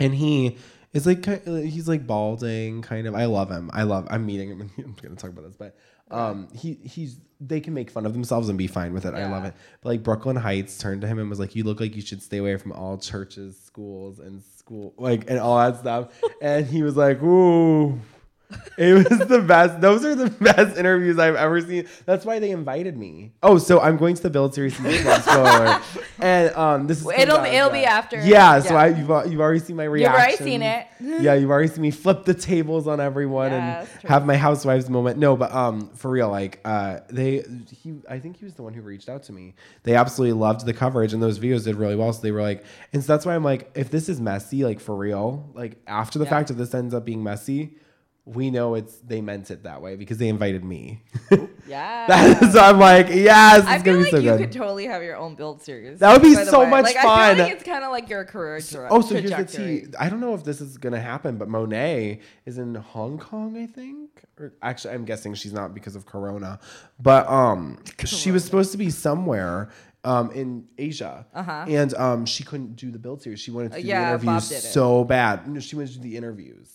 Speaker 3: and he is like ki- uh, he's like balding, kind of. I love him. I love. I'm meeting him. I'm gonna talk about this, but um, he he's they can make fun of themselves and be fine with it. I love
Speaker 4: Yeah.
Speaker 3: it. But like Brooklyn Heights turned to him and was like, "You look like you should stay away from all churches, schools, and school like and all that stuff." and he was like, "Ooh." It was the best. Those are the best interviews I've ever seen. That's why they invited me. Oh, so I'm going to the Build Series season one spoiler, and um, this is
Speaker 4: Well, it'll-
Speaker 3: coming out
Speaker 4: it'll
Speaker 3: of
Speaker 4: be
Speaker 3: that.
Speaker 4: after.
Speaker 3: Yeah, so
Speaker 4: Yeah.
Speaker 3: I you've al- you've already seen my
Speaker 4: You've
Speaker 3: reaction.
Speaker 4: already seen it.
Speaker 3: yeah, you've already seen me flip the tables on everyone
Speaker 4: Yeah,
Speaker 3: and
Speaker 4: that's true.
Speaker 3: have my housewives moment. No, but um, for real, like uh, they he I think he was the one who reached out to me. They absolutely loved the coverage and those videos did really well. So they were like, and so that's why I'm like, if this is messy, like for real, like after the fact, if this ends up being messy. We know it's they meant it that way because they invited me.
Speaker 4: Yeah.
Speaker 3: so I'm like, yes, it's
Speaker 4: I feel
Speaker 3: gonna
Speaker 4: like
Speaker 3: be so
Speaker 4: you
Speaker 3: good.
Speaker 4: could totally have your own build series.
Speaker 3: That would be
Speaker 4: by the
Speaker 3: so
Speaker 4: way.
Speaker 3: much
Speaker 4: like, I
Speaker 3: fun.
Speaker 4: feel like it's kind of like your career. Tra-
Speaker 3: Oh, so here's the
Speaker 4: Uh, trajectory.
Speaker 3: tea. I don't know if this is gonna happen, but Monet is in Hong Kong, I think. Or actually, I'm guessing she's not because of Corona. But um, she was supposed to be somewhere um in Asia,
Speaker 4: Uh-huh.
Speaker 3: and um, she couldn't do the build series. She wanted to
Speaker 4: Uh,
Speaker 3: do
Speaker 4: yeah,
Speaker 3: the
Speaker 4: Bob
Speaker 3: interviews
Speaker 4: did it.
Speaker 3: so bad. No, she wanted to do the interviews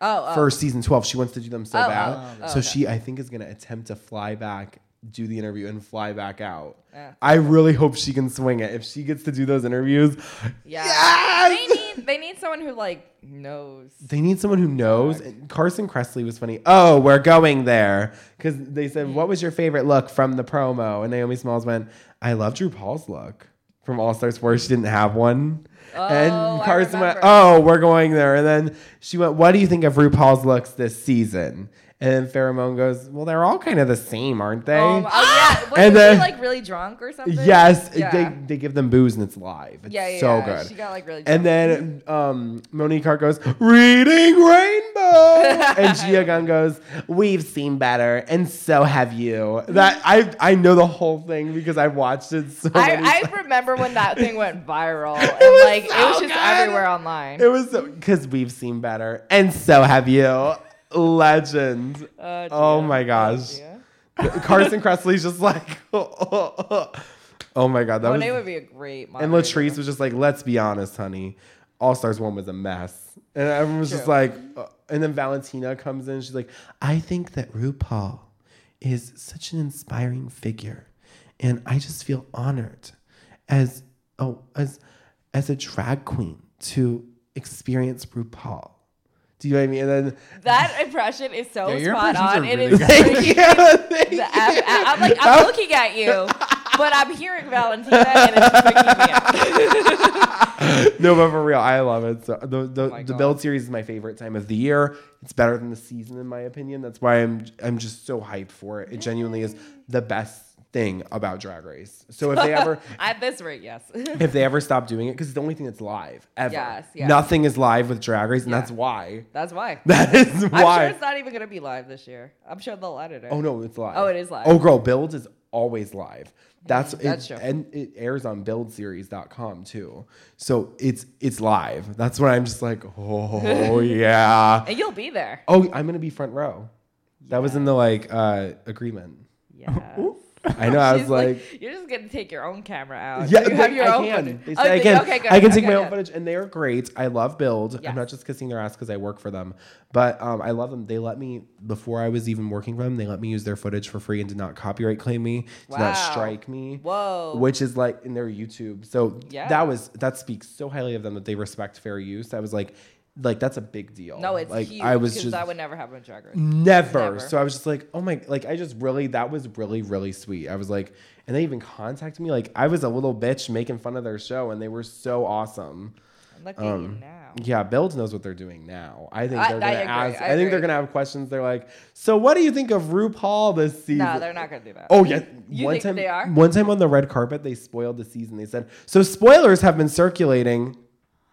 Speaker 4: Oh, oh.
Speaker 3: for season 12 she wants to do them so
Speaker 4: Oh,
Speaker 3: bad
Speaker 4: oh, oh,
Speaker 3: so
Speaker 4: okay.
Speaker 3: she i think is going to attempt to fly back do the interview and fly back out
Speaker 4: Yeah.
Speaker 3: i really hope she can swing it if she gets to do those interviews
Speaker 4: Yeah.
Speaker 3: yes!
Speaker 4: They need they need someone who like knows.
Speaker 3: They need someone who knows. And Carson Kressley was funny. Oh, we're going there. Because they said, What was your favorite look from the promo? And Naomi Smalls went, I love Drew Paul's look from All Stars 4. She didn't have one.
Speaker 4: Oh,
Speaker 3: and
Speaker 4: I
Speaker 3: Carson went,
Speaker 4: remember.
Speaker 3: Oh, we're going there. And then she went, What do you think of RuPaul's looks this season? And then Pheromone goes, Well, they're all kind of the same, aren't they?
Speaker 4: Um, oh yeah, was
Speaker 3: And
Speaker 4: and
Speaker 3: then-
Speaker 4: she like really drunk or something?
Speaker 3: yes.
Speaker 4: yeah,
Speaker 3: They, they give them booze and it's live. It's
Speaker 4: yeah, yeah,
Speaker 3: so
Speaker 4: yeah.
Speaker 3: good.
Speaker 4: She got like really drunk.
Speaker 3: And then um, Monique Hart goes, Reading Rainbow. and Gia Gunn goes, We've seen better, and so have you. That I I know the whole thing because I've watched it so many
Speaker 4: I,
Speaker 3: times.
Speaker 4: I remember when that thing went viral, and
Speaker 3: was
Speaker 4: like it was
Speaker 3: so
Speaker 4: just
Speaker 3: good.
Speaker 4: everywhere online.
Speaker 3: It was because we've seen better, and so have you. Legend.
Speaker 4: Uh,
Speaker 3: oh
Speaker 4: Gia.
Speaker 3: my gosh.
Speaker 4: Yeah.
Speaker 3: Carson Kressley's just like, oh my god, that
Speaker 4: Monet
Speaker 3: was.
Speaker 4: would be a great.
Speaker 3: And
Speaker 4: moderator.
Speaker 3: Latrice was just like, let's be honest, honey, All Stars One was a mess, and everyone was just
Speaker 4: True.
Speaker 3: like, uh, and then Valentina comes in, she's like, I think that RuPaul is such an inspiring figure, and I just feel honored as oh as as a drag queen to experience RuPaul. Do you know what I mean? And then
Speaker 4: That impression is so
Speaker 5: Yeah, your
Speaker 4: spot
Speaker 5: impressions
Speaker 4: on.
Speaker 5: are
Speaker 4: It
Speaker 5: really
Speaker 4: is.
Speaker 5: good.
Speaker 4: freaking-
Speaker 3: Yeah, thank
Speaker 4: the F- I'm like I'm looking at you, but I'm hearing Valentina, and it's freaking me out.
Speaker 3: no, but for real, I love it. So the the,
Speaker 4: Oh my
Speaker 3: the
Speaker 4: God.
Speaker 3: build series is my favorite time of the year. It's better than the season, in my opinion. That's why I'm I'm just so hyped for it. It genuinely is the best thing about Drag Race. So if they ever
Speaker 4: At this rate, yes.
Speaker 3: if they ever stop doing it, because it's the only thing that's live ever.
Speaker 4: Yes, yes.
Speaker 3: Nothing is live with Drag Race, and
Speaker 4: Yeah.
Speaker 3: that's why.
Speaker 4: That's why.
Speaker 3: That is
Speaker 4: I'm
Speaker 3: why.
Speaker 4: sure it's not even gonna be live this year. I'm sure they'll edit it.
Speaker 3: Oh no, it's live.
Speaker 4: Oh, it is live.
Speaker 3: Oh girl, Build is always live. That's it,
Speaker 4: that's true.
Speaker 3: and it airs on buildseries.com too. So it's it's live. That's when I'm just like, oh yeah.
Speaker 4: And you'll be there.
Speaker 3: Oh, I'm gonna be front row. That was in the like uh agreement.
Speaker 4: Yeah.
Speaker 3: I know. I was
Speaker 4: She's
Speaker 3: like,
Speaker 4: you're just gonna take your own camera out.
Speaker 3: yeah,
Speaker 4: Uh, you have your
Speaker 3: I
Speaker 4: own
Speaker 3: can.
Speaker 4: footage.
Speaker 3: They
Speaker 4: Oh,
Speaker 3: said I
Speaker 4: you-
Speaker 3: can.
Speaker 4: Okay, good.
Speaker 3: I can take
Speaker 4: okay,
Speaker 3: my own
Speaker 4: good.
Speaker 3: footage, and they are great. I love Build. I'm
Speaker 4: Yes.
Speaker 3: not just kissing their ass because I work for them, but um, I love them. They let me before I was even working for them. They let me use their footage for free and did not copyright claim me, did
Speaker 4: Wow.
Speaker 3: not strike me.
Speaker 4: Whoa.
Speaker 3: Which is like in their YouTube. So
Speaker 4: Yeah.
Speaker 3: that was that speaks so highly of them that they respect fair use. I was like, like that's a big deal.
Speaker 4: No, it's
Speaker 3: like
Speaker 4: huge.
Speaker 3: I was
Speaker 4: 'cause
Speaker 3: just
Speaker 4: that would never happen with Drag Race.
Speaker 3: Never.
Speaker 4: Never.
Speaker 3: So I was just like, oh my, like I just really, that was really, really sweet. I was like, and they even contacted me. Like I was a little bitch making fun of their show, and they were so awesome.
Speaker 4: Look at you
Speaker 3: Um,
Speaker 4: now.
Speaker 3: yeah, Build knows what they're doing now. I think
Speaker 4: I-
Speaker 3: they're
Speaker 4: I
Speaker 3: gonna
Speaker 4: agree,
Speaker 3: ask.
Speaker 4: I
Speaker 3: I, think
Speaker 4: agree.
Speaker 3: they're gonna have questions. They're like, so what do you think of RuPaul this season?
Speaker 4: No, they're not gonna do that.
Speaker 3: Oh yeah,
Speaker 4: You
Speaker 3: one
Speaker 4: think
Speaker 3: time
Speaker 4: they are?
Speaker 3: one time on the red carpet they spoiled the season. They said so spoilers have been circulating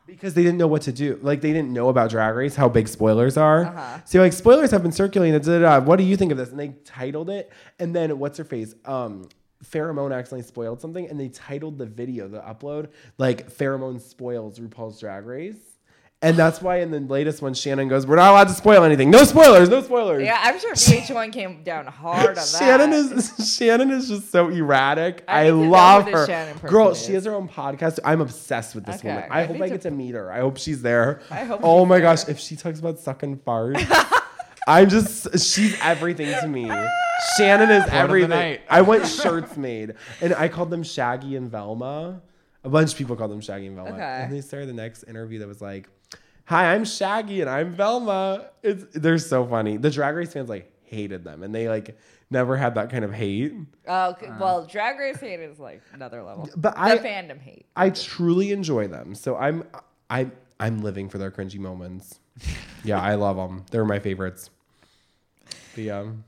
Speaker 3: because they didn't know what to do. Like they didn't know about Drag Race how big spoilers are.
Speaker 4: Uh-huh.
Speaker 3: So like spoilers have been circulating. Da, da, da. What do you think of this? And they titled it. And then what's her face? Um, Pheromone accidentally spoiled something, and they titled the video, the upload, like Pheromone spoils RuPaul's Drag Race. And that's why in the latest one, Shannon goes, "We're not allowed to spoil anything. No spoilers. No spoilers."
Speaker 4: Yeah, I'm sure VH1 came down hard on that.
Speaker 3: Shannon is Shannon is just so erratic. I,
Speaker 4: I need to know
Speaker 3: love
Speaker 4: who this
Speaker 3: her.
Speaker 4: Shannon person
Speaker 3: Girl,
Speaker 4: is.
Speaker 3: she has her own podcast. I'm obsessed with this
Speaker 4: Okay,
Speaker 3: woman. I,
Speaker 4: I
Speaker 3: hope
Speaker 4: need
Speaker 3: I
Speaker 4: to-
Speaker 3: get to meet her. I hope she's there.
Speaker 4: I hope
Speaker 3: Oh
Speaker 4: she's
Speaker 3: my
Speaker 4: there.
Speaker 3: gosh, if she talks about sucking farts, I'm just she's everything to me. Shannon is
Speaker 5: the
Speaker 3: everything.
Speaker 5: night.
Speaker 3: I want shirts made, and I called them Shaggy and Velma. A bunch of people called them Shaggy and Velma,
Speaker 4: Okay.
Speaker 3: and they started the next interview that was like. Hi, I'm Shaggy and I'm Velma. It's they're so funny. The Drag Race fans like hated them and they like never had that kind of hate.
Speaker 4: Oh, c- well, Drag Race hate is like another level.
Speaker 3: But
Speaker 4: the
Speaker 3: I-
Speaker 4: fandom hate.
Speaker 3: I truly enjoy them. So I'm I I'm living for their cringy moments. yeah, I love them. They're my favorites. The um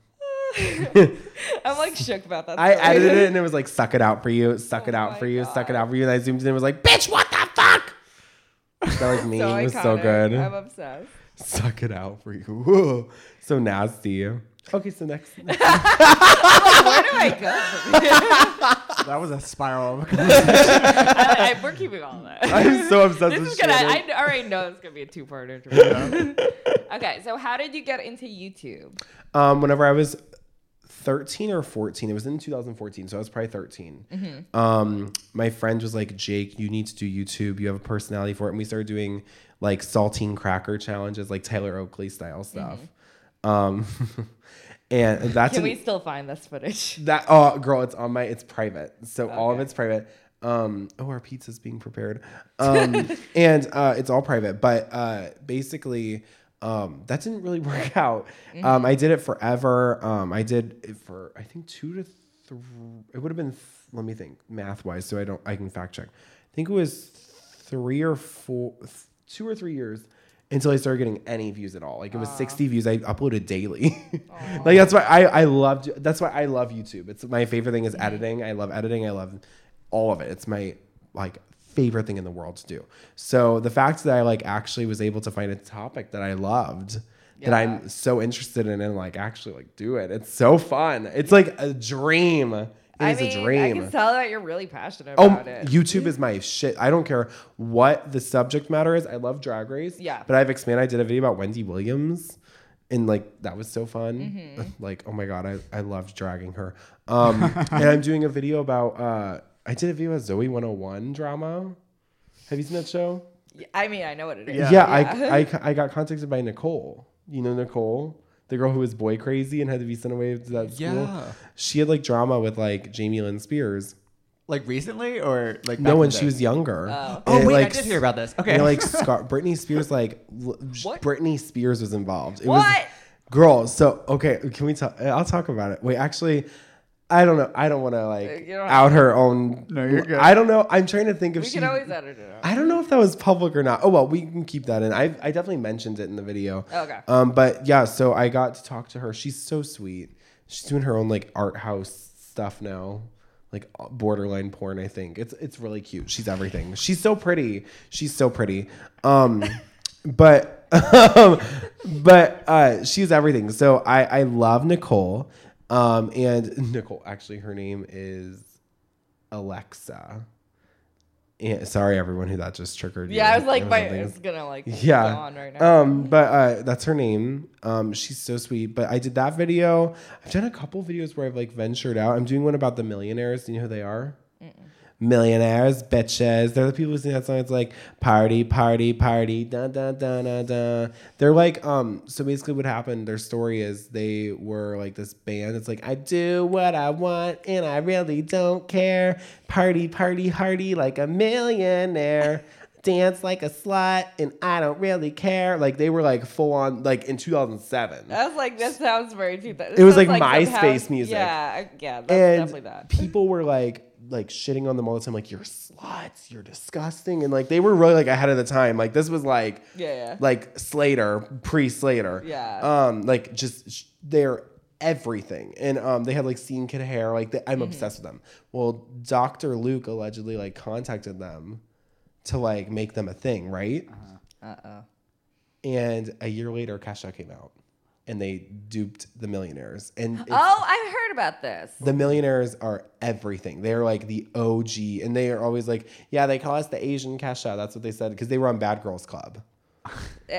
Speaker 4: I'm like shook about that.
Speaker 3: I
Speaker 4: story.
Speaker 3: edited it and it was like suck it out for you, suck it
Speaker 4: Oh
Speaker 3: out
Speaker 4: my
Speaker 3: for you, suck it
Speaker 4: God.
Speaker 3: out for you. And I zoomed in and was like, bitch, what the fuck? That was me.
Speaker 4: So
Speaker 3: it was so
Speaker 4: iconic.
Speaker 3: good.
Speaker 4: I'm obsessed.
Speaker 3: Suck it out for you. Whoa. So nasty. Okay, so next.
Speaker 4: Where do I go? from here?
Speaker 5: That was a spiral of
Speaker 4: I, I, we're keeping all that.
Speaker 3: I'm so obsessed
Speaker 4: this
Speaker 3: with
Speaker 4: is gonna.
Speaker 3: Shannon.
Speaker 4: I already know this is gonna be a two-parter. okay, so how did you get into YouTube?
Speaker 3: Um, whenever I was 13 or 14, it was in 2014, so I was probably 13.
Speaker 4: Mm-hmm.
Speaker 3: Um, my friend was like, Jake, you need to do YouTube. You have a personality for it. And we started doing like saltine cracker challenges, like Taylor Oakley style stuff. Um, and that's
Speaker 4: Mm-hmm. Can
Speaker 3: an-
Speaker 4: we still find this footage?
Speaker 3: that oh girl, it's on my it's private. So all of
Speaker 4: Okay.
Speaker 3: it's private. Um oh our pizza's being prepared. Um and uh it's all private, but uh basically um that didn't really work out. Um I did it forever. Um I did it for I think 2 to 3 it would have been th- let me think math-wise so I don't I can fact check. I think it was 3 or 4 th- 2 or 3 years until I started getting any views at all. Like it was 60 views I uploaded daily. like that's why I I loved that's why I love YouTube. It's my favorite thing is
Speaker 4: Mm-hmm.
Speaker 3: editing. I love editing. I love all of it. It's my like favorite thing in the world to do. So the fact that I like actually was able to find a topic that I loved that I'm so interested in and like actually like do it. It's so fun. It's like a dream. It
Speaker 4: I
Speaker 3: is
Speaker 4: mean,
Speaker 3: a
Speaker 4: I
Speaker 3: dream.
Speaker 4: can tell that you're really passionate
Speaker 3: Oh,
Speaker 4: about it.
Speaker 3: YouTube is my shit. I don't care what the subject matter is. I love Drag Race.
Speaker 4: Yeah.
Speaker 3: But I've expanded. I did a video about Wendy Williams, and like that was so fun. Like, oh my god, I I loved dragging her. Um, and I'm doing a video about. Uh, I did a video about Zoe 101 drama. Have you seen that show?
Speaker 4: I mean, I know what it is.
Speaker 3: Yeah, I, I I got contacted by Nicole. You know Nicole, the girl who was boy crazy and had to be sent away to that school.
Speaker 5: Yeah.
Speaker 3: She had like drama with like Jamie Lynn Spears.
Speaker 5: Like recently or like back
Speaker 3: No,
Speaker 5: in
Speaker 3: when
Speaker 5: the
Speaker 3: she
Speaker 5: day?
Speaker 3: was younger.
Speaker 5: Oh
Speaker 3: And it,
Speaker 5: wait, I
Speaker 3: like,
Speaker 5: did hear about this. Okay.
Speaker 3: and it, like Scar- Britney Spears, like l- sh- Britney Spears was involved. It Was,
Speaker 4: What?
Speaker 3: girl? So okay, can we talk? eh, I'll talk about it. Wait, actually, I don't know. I don't want to like
Speaker 4: Eh, You don't have
Speaker 3: out her own.
Speaker 5: No, you're good.
Speaker 3: I don't know. I'm trying to think if
Speaker 4: we
Speaker 3: she.
Speaker 4: can always edit it out.
Speaker 3: I don't know if that was public or not. Oh well, we can keep that in. I I definitely mentioned it in the video.
Speaker 4: Okay.
Speaker 3: Um, but yeah, so I got to talk to her. She's so sweet. She's doing her own like art house stuff now, like uh, borderline porn. I think it's it's really cute. She's everything. She's so pretty. She's so pretty. Um, but um, but uh, she's everything. So I I love Nicole. Um, and Nicole actually her name is Alexa. And, sorry, everyone who that just triggered. you.
Speaker 4: yeah, I was like,
Speaker 3: It
Speaker 4: my,
Speaker 3: something-
Speaker 4: it's gonna like
Speaker 3: yeah.
Speaker 4: go on right now.
Speaker 3: Um, but uh, that's her name. Um, she's so sweet. But I did that video. I've done a couple videos where I've like ventured out. I'm doing one about the millionaires. Do you know who they are? Millionaires, bitches. They're the people who sing that song. It's like party, party, party, da da da da da. They're like, um, so basically what happened, their story is they were like this band. It's like, I do what I want and I really don't care. Party, party, hardy like a millionaire. Dance like a slut and I don't really care. Like they were like full on like in 2007.
Speaker 4: I was like, this sounds very too. It
Speaker 3: was like
Speaker 4: some
Speaker 3: MySpace
Speaker 4: house-
Speaker 3: music.
Speaker 4: Yeah, I- yeah, that's definitely that.
Speaker 3: people were like like shitting on them all the time, like you're sluts, you're disgusting, and like they were really like ahead of the time. Like this was like
Speaker 4: Yeah, yeah.
Speaker 3: like Slater, pre Slater,
Speaker 4: Yeah.
Speaker 3: um, like just sh- they're everything, and um, they had like scene kid hair. Like they, I'm
Speaker 4: Mm-hmm.
Speaker 3: obsessed with them. Well, Doctor Luke allegedly like contacted them to like make them a thing, right?
Speaker 4: Uh oh.
Speaker 3: And a year later, Cash App came out, and they duped the millionaires, and it's-
Speaker 4: Oh, I heard about this.
Speaker 3: the millionaires are everything. They're like the OG, and they are always like, yeah, they call us the Asian cash out. That's what they said because they were on Bad Girls Club.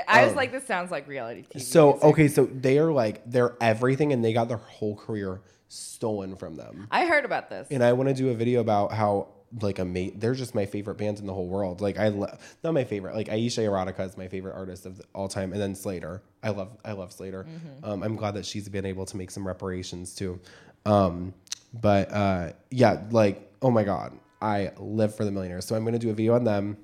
Speaker 4: I was like, this sounds like reality TV.
Speaker 3: Oh. So
Speaker 4: music.
Speaker 3: okay, so they are like they're everything, and they got their whole career stolen from them.
Speaker 4: I heard about this.
Speaker 3: And I want to do a video about how like a mate they're just my favorite bands in the whole world like i love not my favorite like aisha erotica is my favorite artist of the- all time and then slater i love i love slater
Speaker 4: Mm-hmm.
Speaker 3: um, i'm glad that she's been able to make some reparations too um, but uh, yeah like oh my god i live for the millionaires so i'm going to do a video on them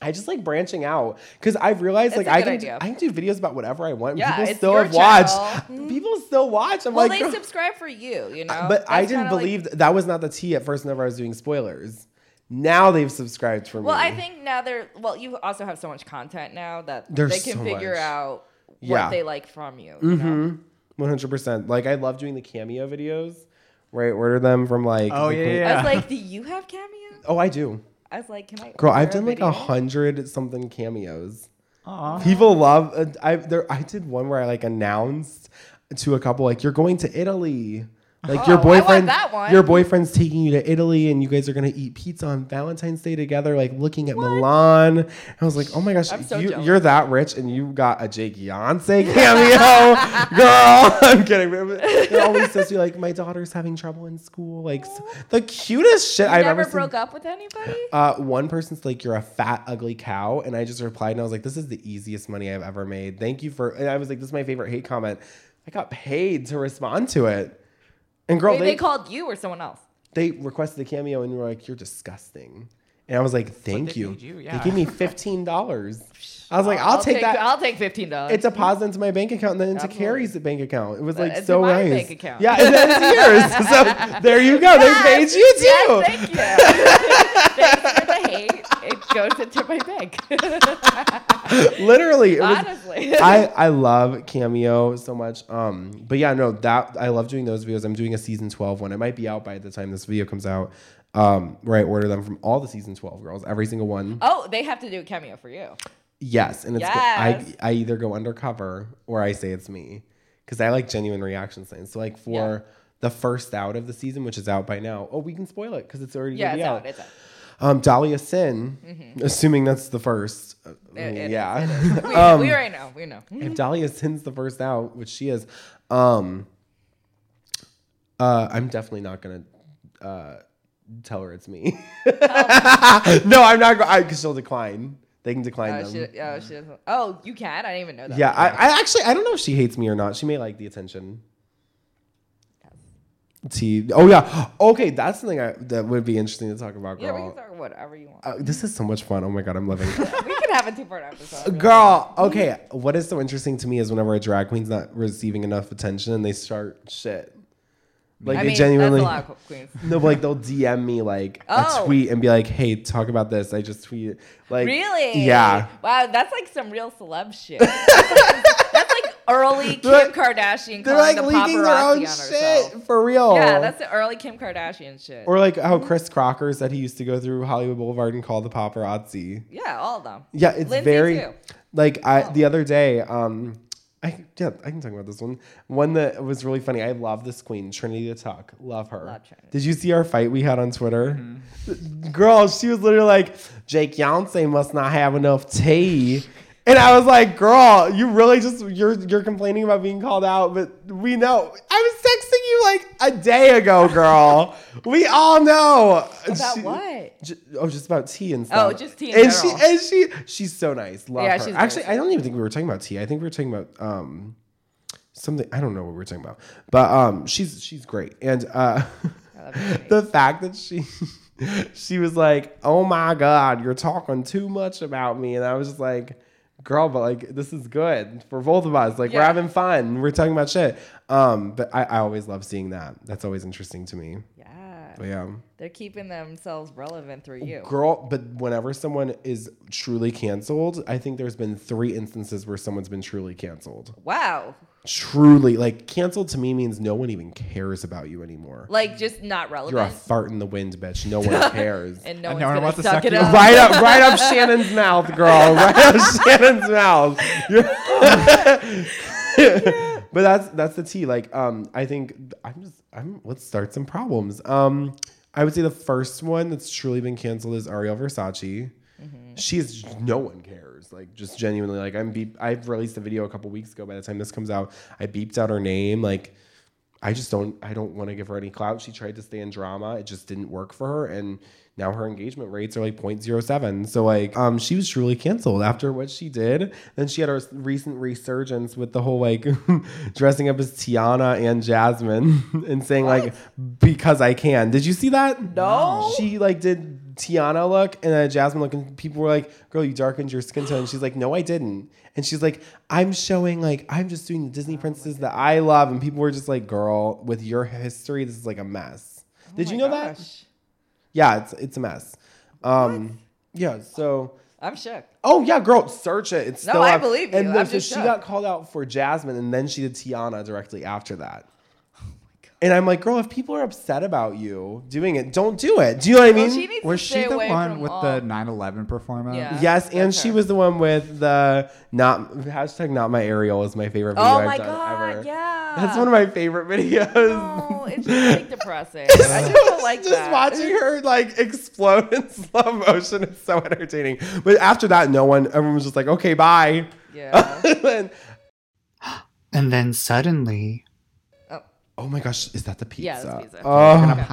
Speaker 3: i just like branching out because i've realized like
Speaker 4: It's a
Speaker 3: i
Speaker 4: good
Speaker 3: can
Speaker 4: idea.
Speaker 3: i can do videos about whatever i want and
Speaker 4: Yeah,
Speaker 3: people
Speaker 4: it's
Speaker 3: still
Speaker 4: your
Speaker 3: have watched
Speaker 4: channel. Mm-hmm.
Speaker 3: people still watch i'm
Speaker 4: well,
Speaker 3: like
Speaker 4: they
Speaker 3: "Girl."
Speaker 4: subscribe for you, you know.
Speaker 3: But I
Speaker 4: That's
Speaker 3: didn't
Speaker 4: kinda like-
Speaker 3: believe th- that was not the tea at first. Whenever I was doing spoilers, now they've subscribed for me.
Speaker 4: Well, I think now they're well. You also have so much content now that
Speaker 3: There's
Speaker 4: they can
Speaker 3: so
Speaker 4: figure
Speaker 3: much.
Speaker 4: out what
Speaker 3: Yeah. Mm-hmm.
Speaker 4: they like from you. you
Speaker 5: Mm-hmm.
Speaker 4: know?
Speaker 3: one hundred percent. Like I love doing the cameo videos where I order them from like.
Speaker 5: Oh,
Speaker 3: the
Speaker 5: yeah,
Speaker 3: Queen-
Speaker 5: yeah,
Speaker 4: I
Speaker 5: yeah.
Speaker 4: was like, "Do you have cameo?"
Speaker 3: Oh, I do,
Speaker 4: I was like, "Can I?"
Speaker 3: girl.
Speaker 4: order
Speaker 3: I've done like a
Speaker 4: video?"
Speaker 3: hundred something cameos.
Speaker 5: Aw.
Speaker 3: People love. Uh, I there. I did one where I like announced to a couple like you're going to Italy. Like your
Speaker 4: Oh, I want
Speaker 3: boyfriend,
Speaker 4: that one.
Speaker 3: your boyfriend's taking you to Italy, and you guys are gonna eat pizza on Valentine's Day together, like looking at Milan. I was like, oh my gosh,
Speaker 4: I'm so
Speaker 3: you,
Speaker 4: jealous.
Speaker 3: you're that rich, and you got a Jake Yancey cameo, girl. I'm kidding. They're always supposed to be like, my daughter's having trouble in school, like s- the cutest shit
Speaker 4: You
Speaker 3: I've
Speaker 4: never
Speaker 3: ever seen.
Speaker 4: broke up with anybody.
Speaker 3: Uh, one person's like, "You're a fat, ugly cow," and I just replied, and I was like, "This is the easiest money I've ever made. Thank you for." And I was like, "This is my favorite hate comment." I got paid to respond to it, and girl,
Speaker 4: Wait,
Speaker 3: they
Speaker 4: they called you or someone else.
Speaker 3: they requested a cameo, and were like, "You're disgusting," and I was like, "Thank
Speaker 5: they
Speaker 3: you."
Speaker 5: paid you, yeah.
Speaker 3: They gave me fifteen dollars. I was like, "I'll, take, that."
Speaker 4: I'll take fifteen dollars.
Speaker 3: it deposited into my bank account and then into
Speaker 4: Absolutely.
Speaker 3: Carrie's bank account. It was like
Speaker 4: it's
Speaker 3: so
Speaker 4: my
Speaker 3: nice.
Speaker 4: bank account.
Speaker 3: Yeah, and that's yours. so there you go. they paid you too.
Speaker 4: Yes, thank you. Thanks for the hate. It goes into my bank.
Speaker 3: Literally, it was
Speaker 4: Honestly.
Speaker 3: I, I love Cameo so much. Um, but yeah, no, that I love doing those videos. I'm doing a season 12 one. It might be out by the time this video comes out. Um, where I order them from all the season 12 girls, every single one.
Speaker 4: oh, they have to do a cameo for you.
Speaker 3: Yes, and it's
Speaker 4: Yes.
Speaker 3: I I either go undercover or I say it's me because I like genuine reaction signs. So like for the first out of the season, which is out by now. Oh, we can spoil it because it's already
Speaker 4: Yeah,
Speaker 3: gonna
Speaker 4: it's
Speaker 3: be
Speaker 4: out. It's out.
Speaker 3: Um, Dahlia Sin, assuming that's the first. uh,
Speaker 4: It- it is,
Speaker 3: yeah,
Speaker 4: We,
Speaker 3: Um,
Speaker 4: we already know. We know.
Speaker 3: if Dahlia Sin's the first out, which she is, um, uh, I'm definitely not gonna uh, tell her it's me. no, I'm not. go- Because she'll decline. They can decline
Speaker 4: Oh,
Speaker 3: them.
Speaker 4: she, oh, she doesn't. Oh, you can? I didn't even know that.
Speaker 3: Yeah, I, I actually I don't know if she hates me or not. She may like the attention. T. Oh yeah. Okay, that's something I, that would be interesting to talk about,
Speaker 4: Yeah, we can
Speaker 3: girl.
Speaker 4: talk whatever you want.
Speaker 3: Uh, this is so much fun. Oh my god, I'm loving. it.
Speaker 4: we can have a two-part episode.
Speaker 3: Girl, okay. What is so interesting to me is whenever a drag queen's not receiving enough attention and they start shit. Like
Speaker 4: I
Speaker 3: they
Speaker 4: mean,
Speaker 3: genuinely
Speaker 4: that's a lot of queens.
Speaker 3: no, but like they'll DM me like
Speaker 4: Oh.
Speaker 3: a tweet and be like, "Hey, talk about this." I just tweeted like
Speaker 4: Really?
Speaker 3: Yeah.
Speaker 4: Wow, that's like some real celeb shit. that's like early Kim
Speaker 3: They're like-
Speaker 4: Kardashian
Speaker 3: They're like
Speaker 4: calling the
Speaker 3: leaking
Speaker 4: paparazzi
Speaker 3: their
Speaker 4: on
Speaker 3: own
Speaker 4: herself.
Speaker 3: shit for real.
Speaker 4: Yeah, that's Mm-hmm. the early Kim Kardashian shit.
Speaker 3: Or like how Chris Crocker said he used to go through Hollywood Boulevard and call the paparazzi.
Speaker 4: yeah, all of them.
Speaker 3: Yeah, it's
Speaker 4: Lindsay,
Speaker 3: very
Speaker 4: too. Oh.
Speaker 3: like I the other day. Um, I yeah, I can talk about this one. One that was really funny. I love this queen, Trinity the Tuck. Love her.
Speaker 4: Love Trinity.
Speaker 3: Did you see our fight we had on Twitter? Girl, she was literally like, Jake Yonsei must not have enough tea. And I was like, girl, you really just you're you're complaining about being called out, but we know. I was texting you like a day ago, girl. we all know.
Speaker 4: About
Speaker 3: She-
Speaker 4: what?
Speaker 3: Ju- oh, just about tea and stuff.
Speaker 4: Oh, just tea in
Speaker 3: and she
Speaker 4: general.
Speaker 3: and she she's so nice. Love
Speaker 4: Yeah,
Speaker 3: her.
Speaker 4: she's very
Speaker 3: Actually, I don't even think we were talking about tea. I think we were talking about um something. I don't know what we were talking about, but um she's she's great. And uh
Speaker 4: love Trinity.
Speaker 3: the fact that she she was like, oh my god, you're talking too much about me, and I was just like. Girl, but like this is good for both of us. Like we're
Speaker 4: Yeah.
Speaker 3: having fun. We're talking about shit. Um, but I, I always love seeing that. That's always interesting to me.
Speaker 4: Yeah,
Speaker 3: But yeah.
Speaker 4: they're keeping themselves relevant through you.
Speaker 3: Oh, Girl, but whenever someone is truly canceled, I think there's been three instances where someone's been truly canceled.
Speaker 4: Wow,
Speaker 3: Truly, like canceled to me means no one even cares about you anymore.
Speaker 4: like just not
Speaker 3: You're a
Speaker 4: relevant,
Speaker 3: fart in the wind, bitch. No one cares.
Speaker 4: and no one's
Speaker 5: And no one
Speaker 4: gonna
Speaker 5: wants to
Speaker 4: suck
Speaker 5: suck
Speaker 4: it
Speaker 5: you
Speaker 4: up.
Speaker 3: Right up, right up Shannon's mouth, girl. Right up Shannon's mouth. You're- but that's that's the tea. Like, um, I think I'm just I'm. Let's start some problems. Um, I would say the first one that's truly been canceled is Ariel Versace. She is no one cares. Like, just genuinely, like I'm beep. I've released a video a couple weeks ago. By the time this comes out, I beeped out her name. Like, I just don't I don't want to give her any clout. She tried to stay in drama. It just didn't work for her and now her engagement rates are like 0.07. So like um she was truly canceled after what she did. Then she had her recent resurgence with the whole like dressing up as Tiana and Jasmine and saying like because I can. Did you see that?
Speaker 4: No.
Speaker 3: She like did Tiana look and a Jasmine look, and people were like, "Girl, you darkened your skin tone." She's like, "No, I didn't." And she's like, "I'm showing like I'm just doing the Disney princesses that I love," and people were just like, "Girl, with your history, this is like a mess."
Speaker 4: Oh
Speaker 3: Did you know that? Yeah, it's it's a mess. Um, yeah. So.
Speaker 4: I'm shook.
Speaker 3: Oh yeah, girl, search it. It's
Speaker 4: No,
Speaker 3: still
Speaker 4: I
Speaker 3: up.
Speaker 4: believe you.
Speaker 3: And
Speaker 4: I'm
Speaker 3: then, so
Speaker 4: just
Speaker 3: she
Speaker 4: shocked.
Speaker 3: got called out for Jasmine, and then she did Tiana directly after that.
Speaker 4: Oh
Speaker 3: And I'm like, girl, if people are upset about you doing it, don't do it. Do you know what I mean?
Speaker 4: Well, she needs
Speaker 5: Was
Speaker 4: to stay
Speaker 5: she the
Speaker 4: away
Speaker 5: one
Speaker 4: from
Speaker 5: with
Speaker 4: all-
Speaker 5: the 9/11 performance?
Speaker 4: Yeah.
Speaker 3: Yes,
Speaker 4: That's
Speaker 3: and she
Speaker 4: her.
Speaker 3: was the one with the not hashtag not my Ariel is my favorite video
Speaker 4: Oh
Speaker 3: I've
Speaker 4: my
Speaker 3: done
Speaker 4: god!
Speaker 3: ever.
Speaker 4: Yeah,
Speaker 3: That's one of my favorite videos.
Speaker 4: No, it's just like depressing. I just don't like
Speaker 3: Just
Speaker 4: that.
Speaker 3: watching her like explode in slow motion is so entertaining. But after that, no one, everyone was just like, okay, bye.
Speaker 4: Yeah.
Speaker 3: And-
Speaker 1: And then suddenly,
Speaker 3: oh my gosh, is that the pizza?
Speaker 4: Yeah, that's pizza.
Speaker 3: Oh,
Speaker 5: Gonna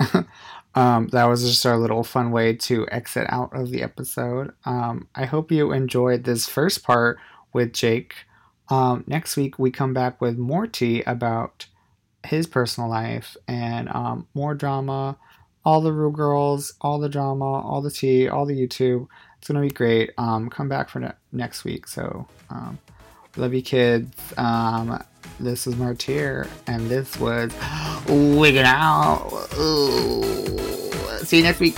Speaker 5: pause.
Speaker 1: um, that was just our little fun way to exit out of the episode. Um, I hope you enjoyed this first part with Jake. Um, next week, we come back with more tea about his personal life and um, more drama, all the Rue Girls, all the drama, all the tea, all the YouTube. It's going to be great. Um, come back for ne- next week. So, um, love you, kids. Um, this is Martyr, and this was Wigging Out. Ooh. See you next week.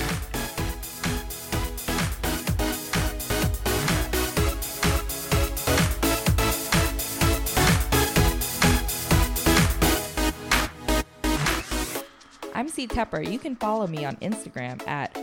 Speaker 4: CC Tepper. You can follow me on Instagram at E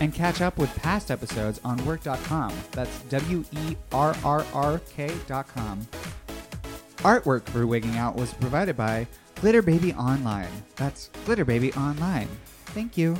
Speaker 1: And catch up with past episodes on work.com. That's W E R R R K.com. Artwork for Wigging Out was provided by Glitter Baby Online. That's Glitter Baby Online. Thank you.